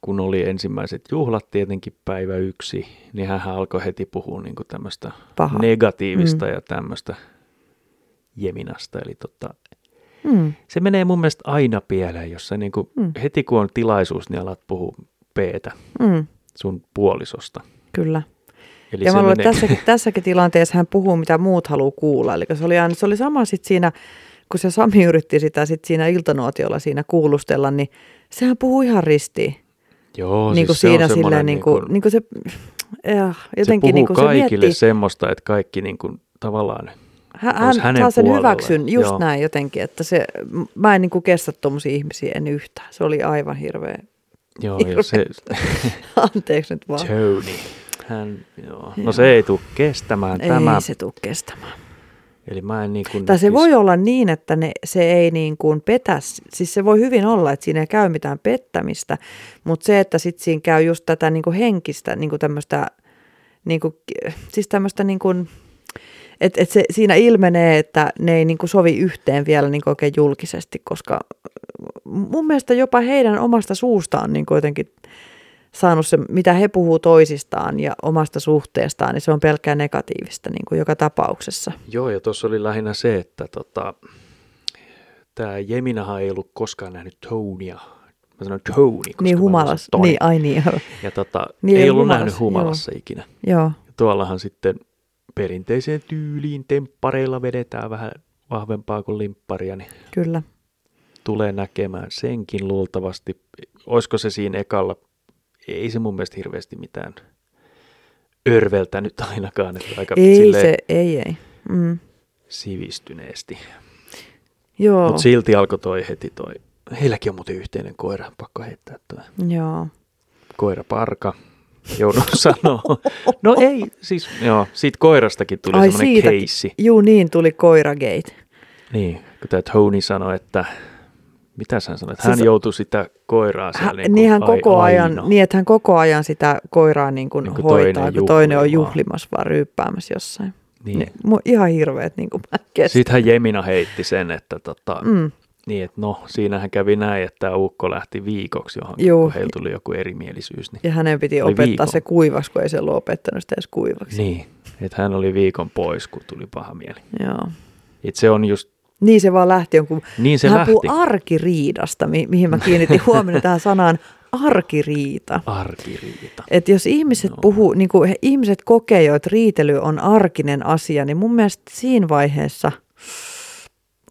Speaker 2: kun oli ensimmäiset juhlat tietenkin päivä yksi, niin hän alkoi heti puhua niin tämmöistä
Speaker 1: Paha.
Speaker 2: negatiivista
Speaker 1: Mm.
Speaker 2: mm. ja tämmöistä jeminasta. Eli tota,
Speaker 1: Mm.
Speaker 2: se menee mun mielestä aina pieleen, jos sä niin kuin,
Speaker 1: Mm.
Speaker 2: mm. heti kun on tilaisuus, niin alat puhua peetä
Speaker 1: Mm.
Speaker 2: sun puolisosta.
Speaker 1: Kyllä.
Speaker 2: Eli
Speaker 1: Ja
Speaker 2: se
Speaker 1: mä luulen,
Speaker 2: menee,
Speaker 1: että tässäkin, tässäkin tilanteessa hän puhuu, mitä muut haluaa kuulla. Eli se oli, aina, se oli sama sitten siinä, kun se Sami yritti sitä sit siinä iltanuotiolla siinä kuulustella, niin sehän puhuu ihan ristiin.
Speaker 2: joo,
Speaker 1: niin kuin
Speaker 2: siis se on
Speaker 1: siinä
Speaker 2: semmoinen
Speaker 1: silleen, niin kuin, niin kuin se, äh, jotenkin
Speaker 2: se
Speaker 1: niin
Speaker 2: puhuu
Speaker 1: kuin se
Speaker 2: kaikille
Speaker 1: miettii,
Speaker 2: semmoista, että kaikki niin kuin, tavallaan
Speaker 1: hän,
Speaker 2: olisi
Speaker 1: hän
Speaker 2: hänen
Speaker 1: saa sen
Speaker 2: puolella.
Speaker 1: hyväksyn just Joo.
Speaker 2: Joo.
Speaker 1: näin jotenkin, että se, mä en niin kuin kestä tuommoisia ihmisiä en yhtään. Se oli aivan hirveä. [laughs]
Speaker 2: Joo, ja se
Speaker 1: Anteeksi nyt vaan.
Speaker 2: Tony, hän, joo.
Speaker 1: Joo.
Speaker 2: no se ei tule kestämään
Speaker 1: Ei
Speaker 2: tämä.
Speaker 1: se tule kestämään.
Speaker 2: Eli mä en niin kuin
Speaker 1: Tai se voi olla niin, että ne, se ei niin kuin petä, siis se voi hyvin olla, että siinä ei käy mitään pettämistä, mutta se, että sitten siinä käy just tätä niin kuin henkistä, niin kuin tämmöistä, niin kuin, siis tämmöistä niin kuin, että et se siinä ilmenee, että ne ei niin kuin sovi yhteen vielä niin kuin oikein julkisesti, koska mun mielestä jopa heidän omasta suustaan niin kuin jotenkin saanut se, mitä he puhuu toisistaan ja omasta suhteestaan, niin se on pelkkää negatiivista niin kuin joka tapauksessa.
Speaker 2: Joo, ja tuossa oli lähinnä se, että tota, tämä Jeminahan ei ollut koskaan nähnyt Tonya. Mä sanoin Tony, koska
Speaker 1: Niin humalas.
Speaker 2: humalassa. Tony.
Speaker 1: Niin, ai niin, joo.
Speaker 2: Ja tota,
Speaker 1: Niin,
Speaker 2: niin,
Speaker 1: ei
Speaker 2: ei ollut
Speaker 1: humalassa,
Speaker 2: nähnyt humalassa joo. ikinä.
Speaker 1: [laughs] joo.
Speaker 2: Ja tuollahan sitten perinteiseen tyyliin temppareilla vedetään vähän vahvempaa kuin limpparia, niin
Speaker 1: Kyllä.
Speaker 2: tulee näkemään senkin luultavasti. Olisiko se siinä ekalla? Ei se mun mielestä hirveästi mitään örveltänyt ainakaan, että aika
Speaker 1: Ei
Speaker 2: silleen
Speaker 1: se, ei, ei. Mm.
Speaker 2: sivistyneesti.
Speaker 1: Joo,
Speaker 2: Mutta silti alkoi toi heti toi. Heilläkin on muuten yhteinen koira, pakko heittää toi
Speaker 1: joo.
Speaker 2: koiraparka.
Speaker 1: [laughs]
Speaker 2: Joudun sanoa. No ei, siis joo, siitä koirastakin tuli
Speaker 1: Ai
Speaker 2: semmoinen
Speaker 1: siitäkin.
Speaker 2: keissi.
Speaker 1: Juu, niin tuli koiragate.
Speaker 2: Niin, kun tämä Tony sanoi, että mitä hän sanoi, että
Speaker 1: Siis-
Speaker 2: hän joutui sitä koiraa siellä
Speaker 1: Hän,
Speaker 2: niin kuin
Speaker 1: niin hän koko
Speaker 2: ai-
Speaker 1: ajan,
Speaker 2: ainoa.
Speaker 1: niin että hän koko ajan sitä koiraa niin kuin
Speaker 2: Niin kuin
Speaker 1: hoitaa,
Speaker 2: toinen
Speaker 1: kun toinen on
Speaker 2: juhlimaa.
Speaker 1: juhlimassa vaan ryyppäämässä jossain.
Speaker 2: Niin.
Speaker 1: Ne, mu- ihan hirveet niin kuin [laughs] mä kestin.
Speaker 2: Sittenhän Jemina heitti sen, että tota, mm.
Speaker 1: Mm,
Speaker 2: niin, et no, siinähän kävi näin, että tämä ukko lähti viikoksi johonkin,
Speaker 1: Juu.
Speaker 2: kun heillä tuli joku erimielisyys. Niin,
Speaker 1: ja hänen piti
Speaker 2: Oli
Speaker 1: opettaa
Speaker 2: viikon.
Speaker 1: se kuivaksi, kun ei se ollut opettanut sitä edes kuivaksi.
Speaker 2: niin että hän oli viikon pois, kun tuli paha mieli.
Speaker 1: Joo.
Speaker 2: Et se on just,
Speaker 1: Niin se vaan lähti jonkun
Speaker 2: niin se
Speaker 1: Hän
Speaker 2: lähti.
Speaker 1: puhuu arkiriidasta, mi- mihin mä kiinnitin huomioon tähän sanaan arkiriita.
Speaker 2: Arkiriita.
Speaker 1: Et jos ihmiset no.
Speaker 2: Joo.
Speaker 1: puhuu, niin kuin he, ihmiset kokee jo, että riitely on arkinen asia, niin mun mielestä siinä vaiheessa, onko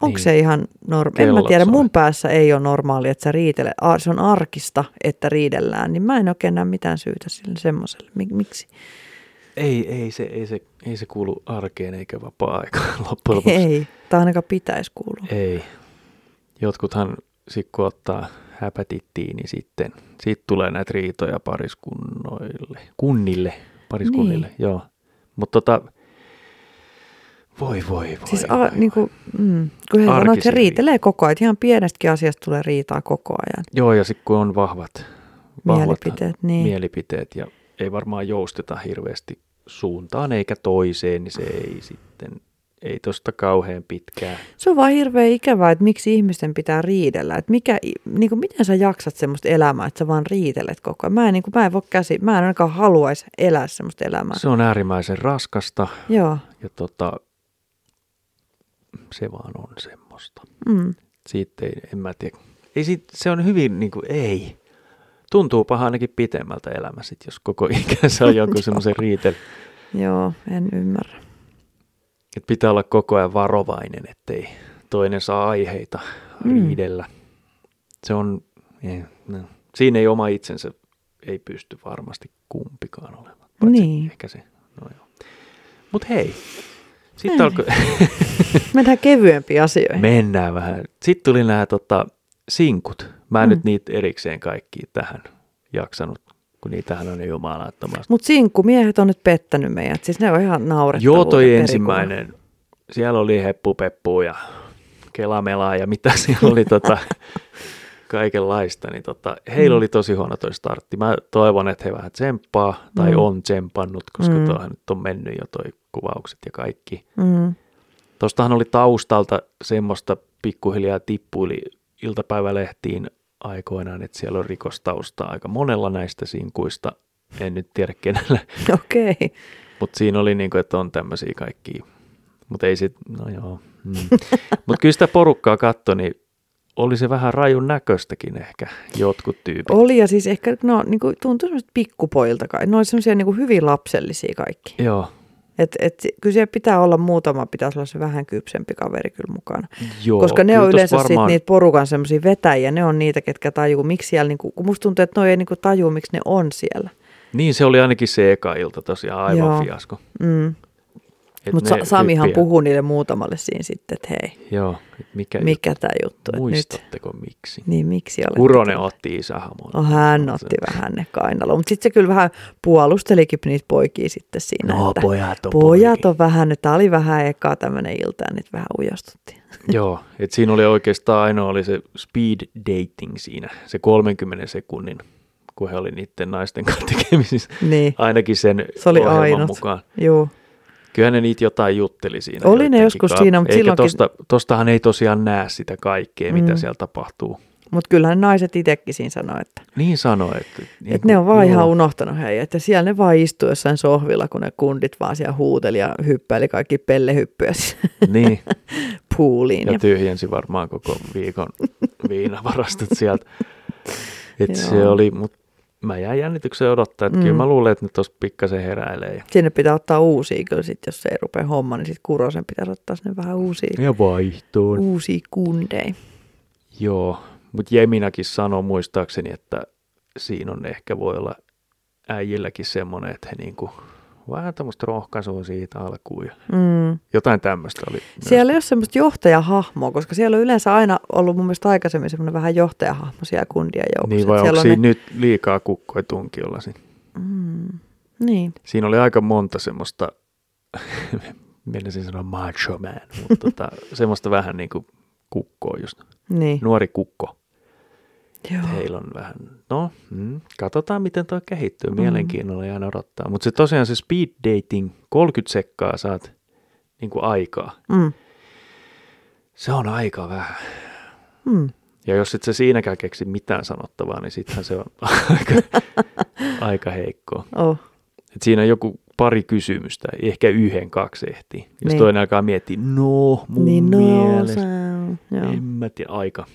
Speaker 1: niin.
Speaker 2: Niin.
Speaker 1: se ihan normaali? En mä
Speaker 2: Kellot
Speaker 1: tiedä,
Speaker 2: soi.
Speaker 1: mun päässä ei ole normaali, että sä riitele, a- se on arkista, että riidellään, niin mä en oikein näe mitään syytä sille semmoiselle. Mik, miksi?
Speaker 2: Ei, ei, se, ei, se, ei se kuulu arkeen eikä vapaa-aikaan [laughs] loppujen lopuksi.
Speaker 1: Ei, tai ainakaan pitäisi kuulua.
Speaker 2: Ei. Jotkuthan sit kun ottaa häpätittiin, niin sitten siitä tulee näitä riitoja pariskunnoille. Kunnille, pariskunnille, niin. joo. Mutta tota, voi voi voi.
Speaker 1: Siis
Speaker 2: voi,
Speaker 1: a, niin kuin, mm, kun he sanoo, että se
Speaker 2: Arkisin
Speaker 1: riitelee koko ajan, että ihan pienestäkin asiasta tulee riitaa koko ajan.
Speaker 2: Joo, ja sitten kun on vahvat, vahvat
Speaker 1: Mielipiteet, niin.
Speaker 2: mielipiteet ja ei varmaan jousteta hirveästi suuntaan eikä toiseen, niin se ei sitten, ei tosta kauhean pitkään.
Speaker 1: Se on vaan hirveän ikävää, että miksi ihmisten pitää riidellä. Että mikä, niin kuin, miten sä jaksat semmoista elämää, että sä vaan riitelet koko ajan. Mä en, niin kuin, mä en voi käsi, mä en ainakaan haluaisi elää semmoista elämää.
Speaker 2: Se on äärimmäisen raskasta
Speaker 1: Joo,
Speaker 2: ja tota, se vaan on semmoista.
Speaker 1: mm,
Speaker 2: Siitä ei, en mä tiedä. Ei sit, se on hyvin niin kuin, ei. Tuntuu paha ainakin pitemmältä elämä sit, jos koko [laughs] ikänsä on jonkun semmoisen riitel.
Speaker 1: joo, en ymmärrä.
Speaker 2: Että pitää olla koko ajan varovainen, ettei toinen saa aiheita
Speaker 1: Mm.
Speaker 2: mm. riidellä. Se on, ei, no. siinä ei oma itsensä, ei pysty varmasti kumpikaan olemaan. Paitsi
Speaker 1: Niin.
Speaker 2: Ehkä se, no joo. Mut hei,
Speaker 1: Ei.
Speaker 2: sitten alkoi,
Speaker 1: Mennään kevyempiin asioihin.
Speaker 2: mennään vähän. Sitten tuli nämä tota, sinkut. Mä en
Speaker 1: Mm.
Speaker 2: mm. nyt niitä erikseen kaikki tähän jaksanut, kun niitähän on jo jumalattomasti.
Speaker 1: Mutta sinkkumiehet on nyt pettänyt meidät. Siis ne on ihan naurettavuuden
Speaker 2: Joo, toi
Speaker 1: perikuva.
Speaker 2: ensimmäinen. Siellä oli heppupeppu ja kelamelaa ja mitä [laughs] siellä oli tota, kaikenlaista. Niin tota, heillä
Speaker 1: Mm.
Speaker 2: oli tosi huono toi startti. Mä toivon, että he vähän tsemppaa tai
Speaker 1: Mm.
Speaker 2: mm. on tsempannut, koska
Speaker 1: Mm.
Speaker 2: mm. tuohan nyt on mennyt jo toi kuvaukset ja kaikki.
Speaker 1: Mm, [laughs]
Speaker 2: Tuostahan oli taustalta semmoista pikkuhiljaa tippuili iltapäivälehtiin aikoinaan, että siellä on rikostaustaa aika monella näistä sinkuista. En nyt tiedä kenellä,
Speaker 1: Okei. Okay.
Speaker 2: mutta siinä oli niin kuin, että on tämmöisiä kaikkia. Mutta ei sit, no joo.
Speaker 1: [laughs]
Speaker 2: Mm. mutta kyllä sitä porukkaa katto, niin oli se vähän rajun näköistäkin ehkä jotkut tyypit.
Speaker 1: Oli ja siis ehkä no, niin kuin, tuntui semmoiset pikkupoilta kai. Ne oli semmoisia niin kuin hyvin lapsellisia kaikki.
Speaker 2: Joo,
Speaker 1: Et, et, kyllä siellä pitää olla muutama, pitäisi olla se vähän kypsempi kaveri kyllä mukana.
Speaker 2: joo.
Speaker 1: Koska ne
Speaker 2: kyllä
Speaker 1: on
Speaker 2: tossa
Speaker 1: yleensä sit
Speaker 2: varmaan,
Speaker 1: niitä porukan semmoisia vetäjiä, ne on niitä, ketkä tajuu, miksi siellä, niinku, kun musta tuntuu, että noi ei niinku tajuu, miksi ne on siellä.
Speaker 2: Niin se oli ainakin se eka ilta tosiaan aivan
Speaker 1: Joo.
Speaker 2: joo. fiasko.
Speaker 1: Mm.
Speaker 2: Et
Speaker 1: Mutta
Speaker 2: ne
Speaker 1: Samihan
Speaker 2: hyppiä-
Speaker 1: puhuu niille muutamalle siinä sitten, että hei,
Speaker 2: Joo, et mikä, mikä
Speaker 1: mikä tämä juttu, että nyt,
Speaker 2: muistatteko nyt. miksi?
Speaker 1: niin miksi olet?
Speaker 2: Kuronen otti isähamoa.
Speaker 1: No hän otti vähän ne kainaloon, mutta sitten se kyllä vähän puolustelikin niitä poikia sitten siinä,
Speaker 2: No
Speaker 1: että
Speaker 2: pojat on
Speaker 1: pojat
Speaker 2: poikia.
Speaker 1: on vähän, että tämä oli vähän ekaa tämmöinen ilta ja nyt vähän ujostuttiin.
Speaker 2: Joo, et siinä oli oikeastaan ainoa oli se speed dating siinä, se 30 sekunnin, kun he oli niiden naisten kanssa tekemisissä.
Speaker 1: Niin,
Speaker 2: Ainakin sen
Speaker 1: Se oli
Speaker 2: ohjelman
Speaker 1: ainut.
Speaker 2: mukaan.
Speaker 1: juu.
Speaker 2: Kyllähän ne niitä jotain jutteli siinä.
Speaker 1: Oli ne
Speaker 2: joidenkin
Speaker 1: joskus
Speaker 2: kanssa.
Speaker 1: siinä, mutta
Speaker 2: Eikä
Speaker 1: silloinkin-
Speaker 2: Tosta, tostahan ei tosiaan näe sitä kaikkea, mitä
Speaker 1: Mm.
Speaker 2: siellä tapahtuu.
Speaker 1: Mutta kyllähän naiset itsekin siinä sanoi, että
Speaker 2: Niin sanoi, että... Niin
Speaker 1: Et ne on
Speaker 2: kuin-
Speaker 1: vaan ihan
Speaker 2: joo.
Speaker 1: unohtanut heidät ja siellä ne vaan istuu jossain sohvilla, kun ne kundit vaan siellä huuteli ja hyppäili kaikki pellehyppyjä [laughs] sinne
Speaker 2: Niin,
Speaker 1: puuliin. Ja
Speaker 2: ja tyhjensi varmaan koko
Speaker 1: [laughs]
Speaker 2: viikon viinavarastot sieltä. Et se
Speaker 1: Joo.
Speaker 2: oli, mutta mä jäin jännitykseen odottaa, että
Speaker 1: Mm.
Speaker 2: mm. kyllä mä luulen, että ne tuossa pikkasen heräilee. Ja,
Speaker 1: sinne pitää ottaa uusia kyllä sit, jos se ei rupea homma, niin sitten Kurosen pitää ottaa sinne vähän uusia,
Speaker 2: ja vaihtoon.
Speaker 1: uusia kundeja.
Speaker 2: Joo, mutta Jeminakin sanoi muistaakseni, että siinä on ehkä voi olla äijilläkin semmoinen, että he niinku vähän tämmöistä rohkaisua siitä alkuun. Ja
Speaker 1: Mm.
Speaker 2: jotain tämmöistä oli. myös.
Speaker 1: Siellä ei ole semmoista johtajahahmoa, koska siellä on yleensä aina ollut mun mielestä aikaisemmin semmoinen vähän johtajahahmo siellä kundien joukossa.
Speaker 2: Niin
Speaker 1: Et
Speaker 2: vai
Speaker 1: siellä
Speaker 2: onko
Speaker 1: on ne-
Speaker 2: siinä nyt liikaa kukkoi tunkiolla? siinä?
Speaker 1: Mm. Niin,
Speaker 2: Siinä oli aika monta semmoista, [laughs] menisin sanoa macho man, mutta tota, semmoista vähän niin kuin kukkoa just.
Speaker 1: niin.
Speaker 2: Nuori kukko.
Speaker 1: Joo.
Speaker 2: Heillä on vähän, no, mm, katsotaan miten toi kehittyy. Mielenkiinnolla jään odottaa. Mutta se tosiaan se speed dating, 30 sekkaa saat niin kuin aikaa.
Speaker 1: Mm.
Speaker 2: Se on aika vähän.
Speaker 1: Mm.
Speaker 2: Ja jos et sä siinäkään keksi mitään sanottavaa, niin sittenhän se on [laughs] aika, aika heikkoa.
Speaker 1: Oh.
Speaker 2: Et siinä on joku pari kysymystä, ehkä yhden, kaksi ehtii. Jos
Speaker 1: Niin.
Speaker 2: toinen alkaa miettiä, no mun
Speaker 1: Niin no,
Speaker 2: mielestä,
Speaker 1: se- joo.
Speaker 2: en mä tiedä, aika.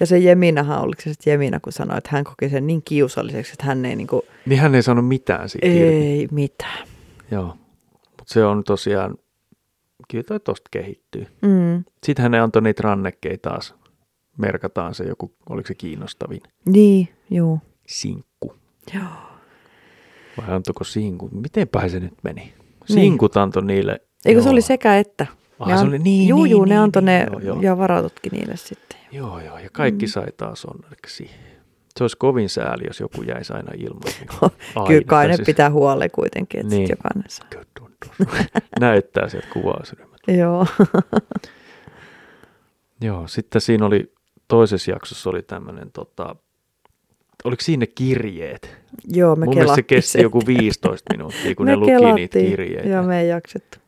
Speaker 1: Ja se Jeminahan, oliko se sitten Jemina, kun sanoi, että hän koki sen niin kiusalliseksi, että hän ei niinku,
Speaker 2: Niin hän ei sano mitään siitä irti.
Speaker 1: ei mitään.
Speaker 2: Joo. Mutta se on tosiaan, kyllä toi tosta kehittyy.
Speaker 1: Mm.
Speaker 2: Sittenhän ne antoi niitä rannekkeita taas. Merkataan se joku, oliko se kiinnostavin
Speaker 1: Niin, juu.
Speaker 2: sinkku.
Speaker 1: Joo.
Speaker 2: Vai antoiko sinku? Mitenpähän se nyt meni? Sinkut antoi niille.
Speaker 1: Niin. Eikö se
Speaker 2: joo.
Speaker 1: oli sekä että?
Speaker 2: Ah,
Speaker 1: Ne
Speaker 2: se
Speaker 1: an-
Speaker 2: oli, niin,
Speaker 1: juu,
Speaker 2: niin,
Speaker 1: juu,
Speaker 2: niin,
Speaker 1: ne antoi
Speaker 2: niin,
Speaker 1: ne
Speaker 2: Joo, joo.
Speaker 1: ja varatutkin niille sitten.
Speaker 2: Joo, joo, ja kaikki mm. sai taas onneksi. Se olisi kovin sääli, jos joku jäisi aina ilman.
Speaker 1: [laughs]
Speaker 2: Aina,
Speaker 1: Kyllä kai
Speaker 2: tai siis-
Speaker 1: ne pitää huoleen kuitenkin, että niin.
Speaker 2: Niin.
Speaker 1: sitten jokainen saa.
Speaker 2: Kyllä tuntuu.
Speaker 1: [laughs]
Speaker 2: Näyttää sieltä kuvausryhmät.
Speaker 1: Joo. [laughs]
Speaker 2: Joo, sitten siinä oli, toisessa jaksossa oli tämmöinen, tota, oliko siinä ne kirjeet?
Speaker 1: joo, me
Speaker 2: Mun mielestä se
Speaker 1: kelattiin
Speaker 2: kesti
Speaker 1: sen.
Speaker 2: joku 15 minuuttia,
Speaker 1: [laughs]
Speaker 2: kun
Speaker 1: Me
Speaker 2: ne luki niitä
Speaker 1: kelattiin.
Speaker 2: kirjeitä.
Speaker 1: Joo, me ei jaksettu.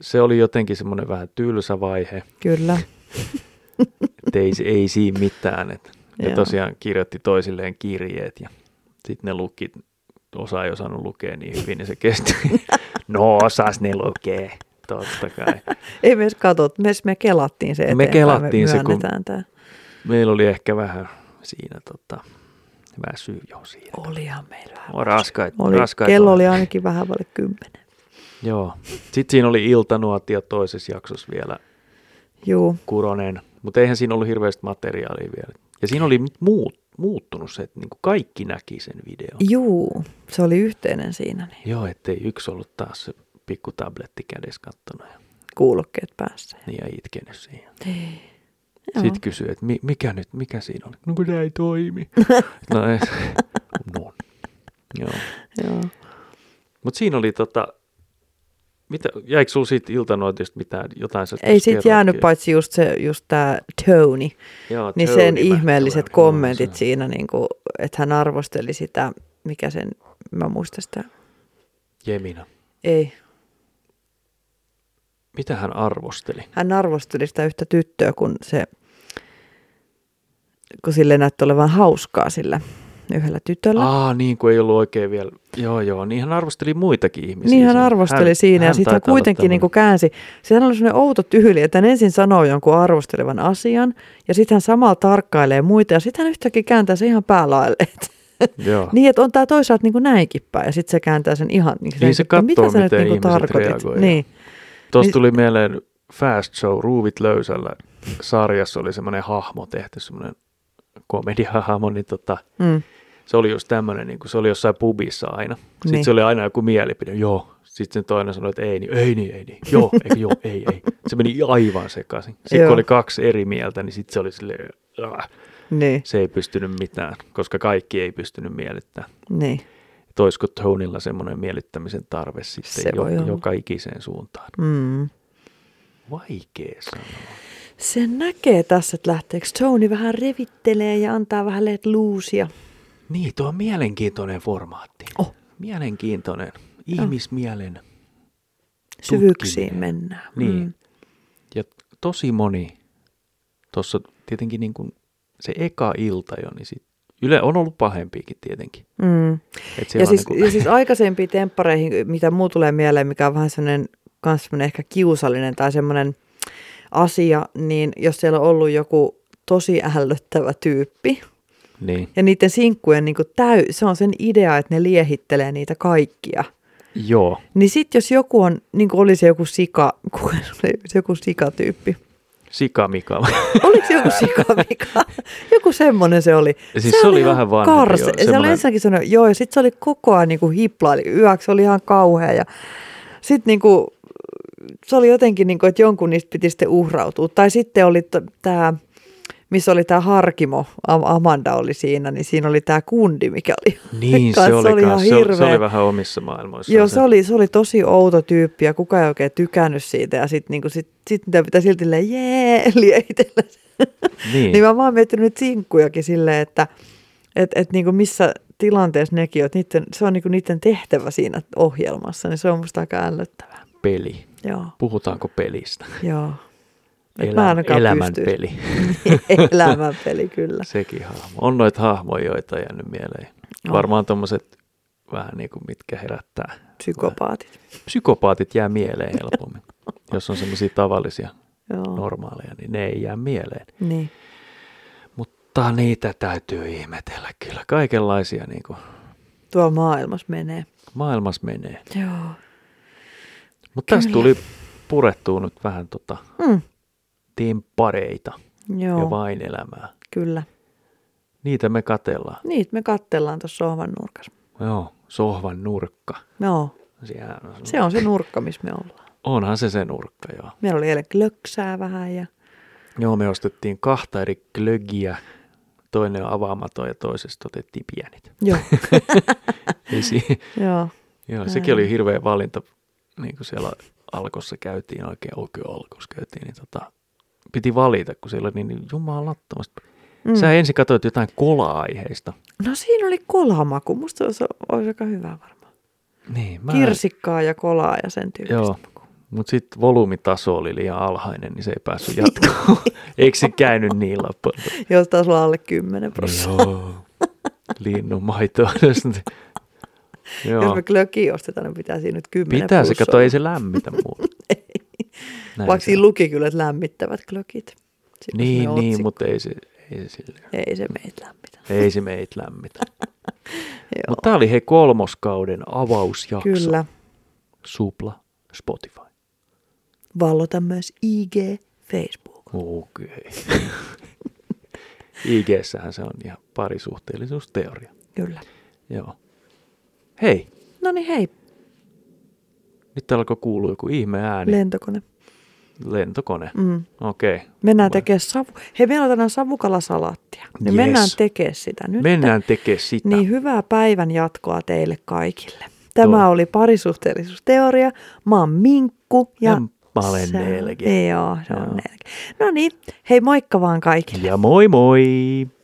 Speaker 2: Se oli jotenkin semmoinen vähän tylsä vaihe,
Speaker 1: Kyllä.
Speaker 2: että ei, ei siinä mitään. Että ne
Speaker 1: Joo.
Speaker 2: tosiaan kirjoitti toisilleen kirjeet ja sitten ne luki, osa ei osannut lukea niin hyvin, niin se kesti. no osas ne lukee, totta kai.
Speaker 1: Ei me edes katsottu, me, edes- me kelattiin se
Speaker 2: Me
Speaker 1: eteenpäin.
Speaker 2: kelattiin se, kun-
Speaker 1: myönnetään tää.
Speaker 2: Meillä oli ehkä vähän siinä tota, väsy jo siinä.
Speaker 1: Olihan meillä vähän.
Speaker 2: On raskaita.
Speaker 1: Oli,
Speaker 2: raskaita
Speaker 1: kello
Speaker 2: on.
Speaker 1: oli ainakin vähän vaille kymmenen.
Speaker 2: Joo. Sitten siinä oli iltanuotio toisessa jaksossa vielä
Speaker 1: Juu.
Speaker 2: Kuronen, mutta eihän siinä ollut hirveästi materiaalia vielä. Ja siinä oli muut, muuttunut se, että niinku kaikki näki sen videon.
Speaker 1: Juu, se oli yhteinen siinä, niin
Speaker 2: Joo, ettei yksi ollut taas se pikku tabletti kädessä kattonut ja,
Speaker 1: kuulokkeet päässä.
Speaker 2: niin ja itkenyt siihen.
Speaker 1: Joo.
Speaker 2: Sitten kysyi, että mi, mikä nyt, mikä siinä oli? No kun tämä ei
Speaker 1: [laughs]
Speaker 2: toimi. no ei. No. Joo.
Speaker 1: Joo.
Speaker 2: Mutta siinä oli tota, mitä, jäikö sulla siitä iltanuotiosta mitään, jotain sä
Speaker 1: Ei siitä
Speaker 2: kerroitkin?
Speaker 1: jäänyt paitsi just, se, just tämä Tony,
Speaker 2: Joo,
Speaker 1: niin
Speaker 2: Tony
Speaker 1: sen
Speaker 2: mä-
Speaker 1: ihmeelliset
Speaker 2: joo,
Speaker 1: kommentit
Speaker 2: se-
Speaker 1: siinä, niin kuin, että hän arvosteli sitä, mikä sen, mä muistan sitä,
Speaker 2: Jemina.
Speaker 1: ei,
Speaker 2: Mitä hän arvosteli?
Speaker 1: hän arvosteli sitä yhtä tyttöä, kun se kun sille näytti olevan hauskaa sillä yhdellä tytöllä.
Speaker 2: Aa, niin kuin ei ollut oikein vielä. Joo, joo, niin hän arvosteli muitakin ihmisiä.
Speaker 1: Niin hän
Speaker 2: siinä.
Speaker 1: arvosteli hän, siinä ja sitten hän
Speaker 2: taitaa olla
Speaker 1: kuitenkin niin kuin
Speaker 2: tämmöinen.
Speaker 1: käänsi. Sehän oli sellainen outo tyyli, että hän ensin sanoo jonkun arvostelevan asian ja sitten hän samalla tarkkailee muita ja sitten hän yhtäkkiä kääntää sen ihan päälaille. [laughs] Et-
Speaker 2: Joo. niin,
Speaker 1: niin, että on tämä toisaalta niin kuin näinkin päin ja sitten se kääntää sen ihan. Niin,
Speaker 2: Niin, se
Speaker 1: että
Speaker 2: kattoo,
Speaker 1: mitä sä nyt
Speaker 2: miten
Speaker 1: niin kuin
Speaker 2: ihmiset
Speaker 1: tarkoitit.
Speaker 2: reagoi ja-
Speaker 1: Niin.
Speaker 2: Tuossa
Speaker 1: niin-
Speaker 2: tuli mieleen Fast Show, Ruuvit löysällä sarjassa oli semmoinen hahmo tehty, semmoinen komediahahmo, niin tota,
Speaker 1: Mm.
Speaker 2: se oli just tämmöinen, niin kuin se oli jossain pubissa aina. Sitten
Speaker 1: Niin.
Speaker 2: niin. se oli aina joku mielipide, joo. Sitten se toinen sanoi, että ei niin, ei niin, ei niin, joo, eikö joo, ei, ei. Se meni aivan sekaisin. Sitten
Speaker 1: Joo.
Speaker 2: kun oli kaksi eri mieltä, niin sitten se oli silleen, "Ah."
Speaker 1: Niin,
Speaker 2: se ei pystynyt mitään, koska kaikki ei pystynyt miellyttämään.
Speaker 1: niin.
Speaker 2: Että olisiko Tonilla semmoinen miellyttämisen tarve sitten
Speaker 1: Se
Speaker 2: jo,
Speaker 1: voi olla.
Speaker 2: joka ikiseen suuntaan.
Speaker 1: Mm.
Speaker 2: Vaikea sanoa.
Speaker 1: Se näkee tässä, että lähteekö Tony vähän revittelee ja antaa vähän let luusia.
Speaker 2: Niin, tuo on mielenkiintoinen formaatti.
Speaker 1: Oh.
Speaker 2: Mielenkiintoinen. Ihmismielen.
Speaker 1: Syvyyksiin
Speaker 2: Tutkiminen.
Speaker 1: mennään.
Speaker 2: Niin.
Speaker 1: Mm.
Speaker 2: Ja tosi moni, tuossa tietenkin niin kuin se eka ilta jo, niin sit, Yle on ollut pahempiakin tietenkin.
Speaker 1: Mm.
Speaker 2: Et
Speaker 1: Ja
Speaker 2: siellä
Speaker 1: siis,
Speaker 2: niin
Speaker 1: ja siis aikaisempiin temppareihin, mitä muu tulee mieleen, mikä on vähän semmoinen, kans semmoinen ehkä kiusallinen tai semmoinen asia, niin jos siellä on ollut joku tosi ällöttävä tyyppi,
Speaker 2: niin.
Speaker 1: ja niiden sinkkujen niin täy, se on sen idea, että ne liehittelee niitä kaikkia.
Speaker 2: Joo,
Speaker 1: Niin sitten jos joku on, niin kuin oli se joku sika, [laughs] kuka se oli se joku sikatyyppi. [laughs]
Speaker 2: Sika Mika.
Speaker 1: Oliko se joku sikavika? Joku semmonen se oli.
Speaker 2: Ja siis se oli
Speaker 1: ihan
Speaker 2: vähän vanhempi,
Speaker 1: karse.
Speaker 2: joo,
Speaker 1: Ja Se oli
Speaker 2: semmonen-
Speaker 1: ensinnäkin semmoinen, joo, ja sitten se oli koko ajan niinku hiplaili yöksi, se oli ihan kauhea. Ja sitten niinku, se oli jotenkin, niinku, että jonkun niistä piti sitten uhrautua. Tai sitten oli tämä, missä oli tämä Harkimo, Am- Amanda oli siinä, niin siinä oli tämä kundi, mikä oli.
Speaker 2: [laughs] niin,
Speaker 1: kanssa
Speaker 2: se oli,
Speaker 1: oli
Speaker 2: oli
Speaker 1: ihan
Speaker 2: se, oli, se
Speaker 1: hirveä.
Speaker 2: oli vähän omissa maailmoissa.
Speaker 1: Joo, se oli, se oli tosi outo tyyppi ja kukaan ei oikein tykännyt siitä. Ja sitten niinku, sit, sit niitä pitää silti silleen, jee, [laughs] liehitellä
Speaker 2: Niin,
Speaker 1: Niin mä oon vaan miettinyt nyt sinkkujakin silleen, että et, et niinku missä tilanteessa nekin on, että niiden, se on niinku niiden tehtävä siinä ohjelmassa, niin se on musta aika ällöttävää.
Speaker 2: peli.
Speaker 1: Joo,
Speaker 2: Puhutaanko pelistä?
Speaker 1: joo. [laughs] Et mä
Speaker 2: Elä,
Speaker 1: ainakaan
Speaker 2: elämän
Speaker 1: pystyis.
Speaker 2: peli.
Speaker 1: Elämänpeli [laughs] kyllä.
Speaker 2: Sekin hahmo. On noita hahmoja, joita on jäänyt mieleen.
Speaker 1: On.
Speaker 2: Varmaan tommoset vähän niin kuin mitkä herättää.
Speaker 1: Psykopaatit.
Speaker 2: Psykopaatit jää mieleen
Speaker 1: [laughs]
Speaker 2: helpommin. Jos on semmoisia tavallisia,
Speaker 1: Joo.
Speaker 2: normaaleja, niin ne ei jää mieleen.
Speaker 1: Niin.
Speaker 2: Mutta niitä täytyy ihmetellä kyllä. Kaikenlaisia niin kuin
Speaker 1: Tuo maailmassa menee.
Speaker 2: maailmassa menee.
Speaker 1: Joo.
Speaker 2: Mutta tässä
Speaker 1: Kyllä.
Speaker 2: tuli purettua nyt vähän tota
Speaker 1: Mm.
Speaker 2: timpareita
Speaker 1: Joo,
Speaker 2: ja vain elämää.
Speaker 1: kyllä.
Speaker 2: Niitä me katellaan.
Speaker 1: Niitä me kattellaan tuossa sohvan nurkassa.
Speaker 2: Joo, sohvan nurkka.
Speaker 1: Joo,
Speaker 2: Siellä on
Speaker 1: se on se nurkka, missä me ollaan.
Speaker 2: Onhan se se nurkka, joo.
Speaker 1: Meillä oli eilen klöksää vähän ja
Speaker 2: Joo, me ostettiin kahta eri glögiä. Toinen on avaamaton ja toisesta otettiin pienet. [laughs]
Speaker 1: joo,
Speaker 2: Ei si- [laughs]
Speaker 1: joo.
Speaker 2: Joo, sekin oli hirveä valinta, niin kuin siellä alkossa käytiin oikein, oikein alkossa käytiin, niin tota, piti valita, kun siellä oli niin jumalattomasti. Mm. Sä ensin katsoit jotain kola-aiheista.
Speaker 1: No siinä oli kolamaku. Musta se olisi aika hyvä varmaan.
Speaker 2: Niin,
Speaker 1: Mä...
Speaker 2: mä,
Speaker 1: Kirsikkaa ja kolaa ja sen tyyppistä.
Speaker 2: Joo, mutta sitten volyymitaso oli liian alhainen, niin se ei päässyt [laughs] jatkoon. Eikö se käynyt niin loppuun?
Speaker 1: Jos taas olla alle 10 prosenttia.
Speaker 2: Joo,
Speaker 1: [laughs]
Speaker 2: linnunmaitoa.
Speaker 1: Jos
Speaker 2: Joo,
Speaker 1: me klöki ostetaan, niin pitää siinä nyt 10
Speaker 2: pitää se,
Speaker 1: plussa
Speaker 2: kato, ei
Speaker 1: olla.
Speaker 2: se
Speaker 1: [laughs]
Speaker 2: lämmitä muuta. Näin
Speaker 1: Vaikka
Speaker 2: se-
Speaker 1: siinä luki kyllä, että lämmittävät klökit. Siinä oli
Speaker 2: Niin,
Speaker 1: semmoinen
Speaker 2: niin,
Speaker 1: otsikko.
Speaker 2: mutta ei se, ei se sille.
Speaker 1: Ei se meitä lämmitä.
Speaker 2: Ei se meitä lämmitä.
Speaker 1: [laughs] Joo,
Speaker 2: Mutta tämä oli hei kolmoskauden avausjakso.
Speaker 1: kyllä.
Speaker 2: Supla Spotify.
Speaker 1: Vallota myös IG, Facebook.
Speaker 2: Okei. [laughs] Okay. IG-sähän se on ihan parisuhteellisuusteoria.
Speaker 1: Kyllä.
Speaker 2: Joo. Hei,
Speaker 1: No niin hei,
Speaker 2: nyt alkoi kuulua joku ihme ääni.
Speaker 1: lentokone.
Speaker 2: Lentokone.
Speaker 1: Mm.
Speaker 2: Okei. Okay.
Speaker 1: Mennään tekemään savu... Hei, meillä on tänään savukalasalattia. Niin
Speaker 2: Jes.
Speaker 1: Mennään tekemään sitä nyt.
Speaker 2: Mennään tekemään sitä.
Speaker 1: Niin hyvää päivän jatkoa teille kaikille. Tämä
Speaker 2: Toi.
Speaker 1: oli parisuhteellisuusteoria. Mä oon Minkku ja...
Speaker 2: Ja mä olen
Speaker 1: sä-
Speaker 2: Nelki.
Speaker 1: Joo, se on
Speaker 2: Joo.
Speaker 1: Nelki. No niin, hei moikka vaan kaikille.
Speaker 2: Ja moi moi!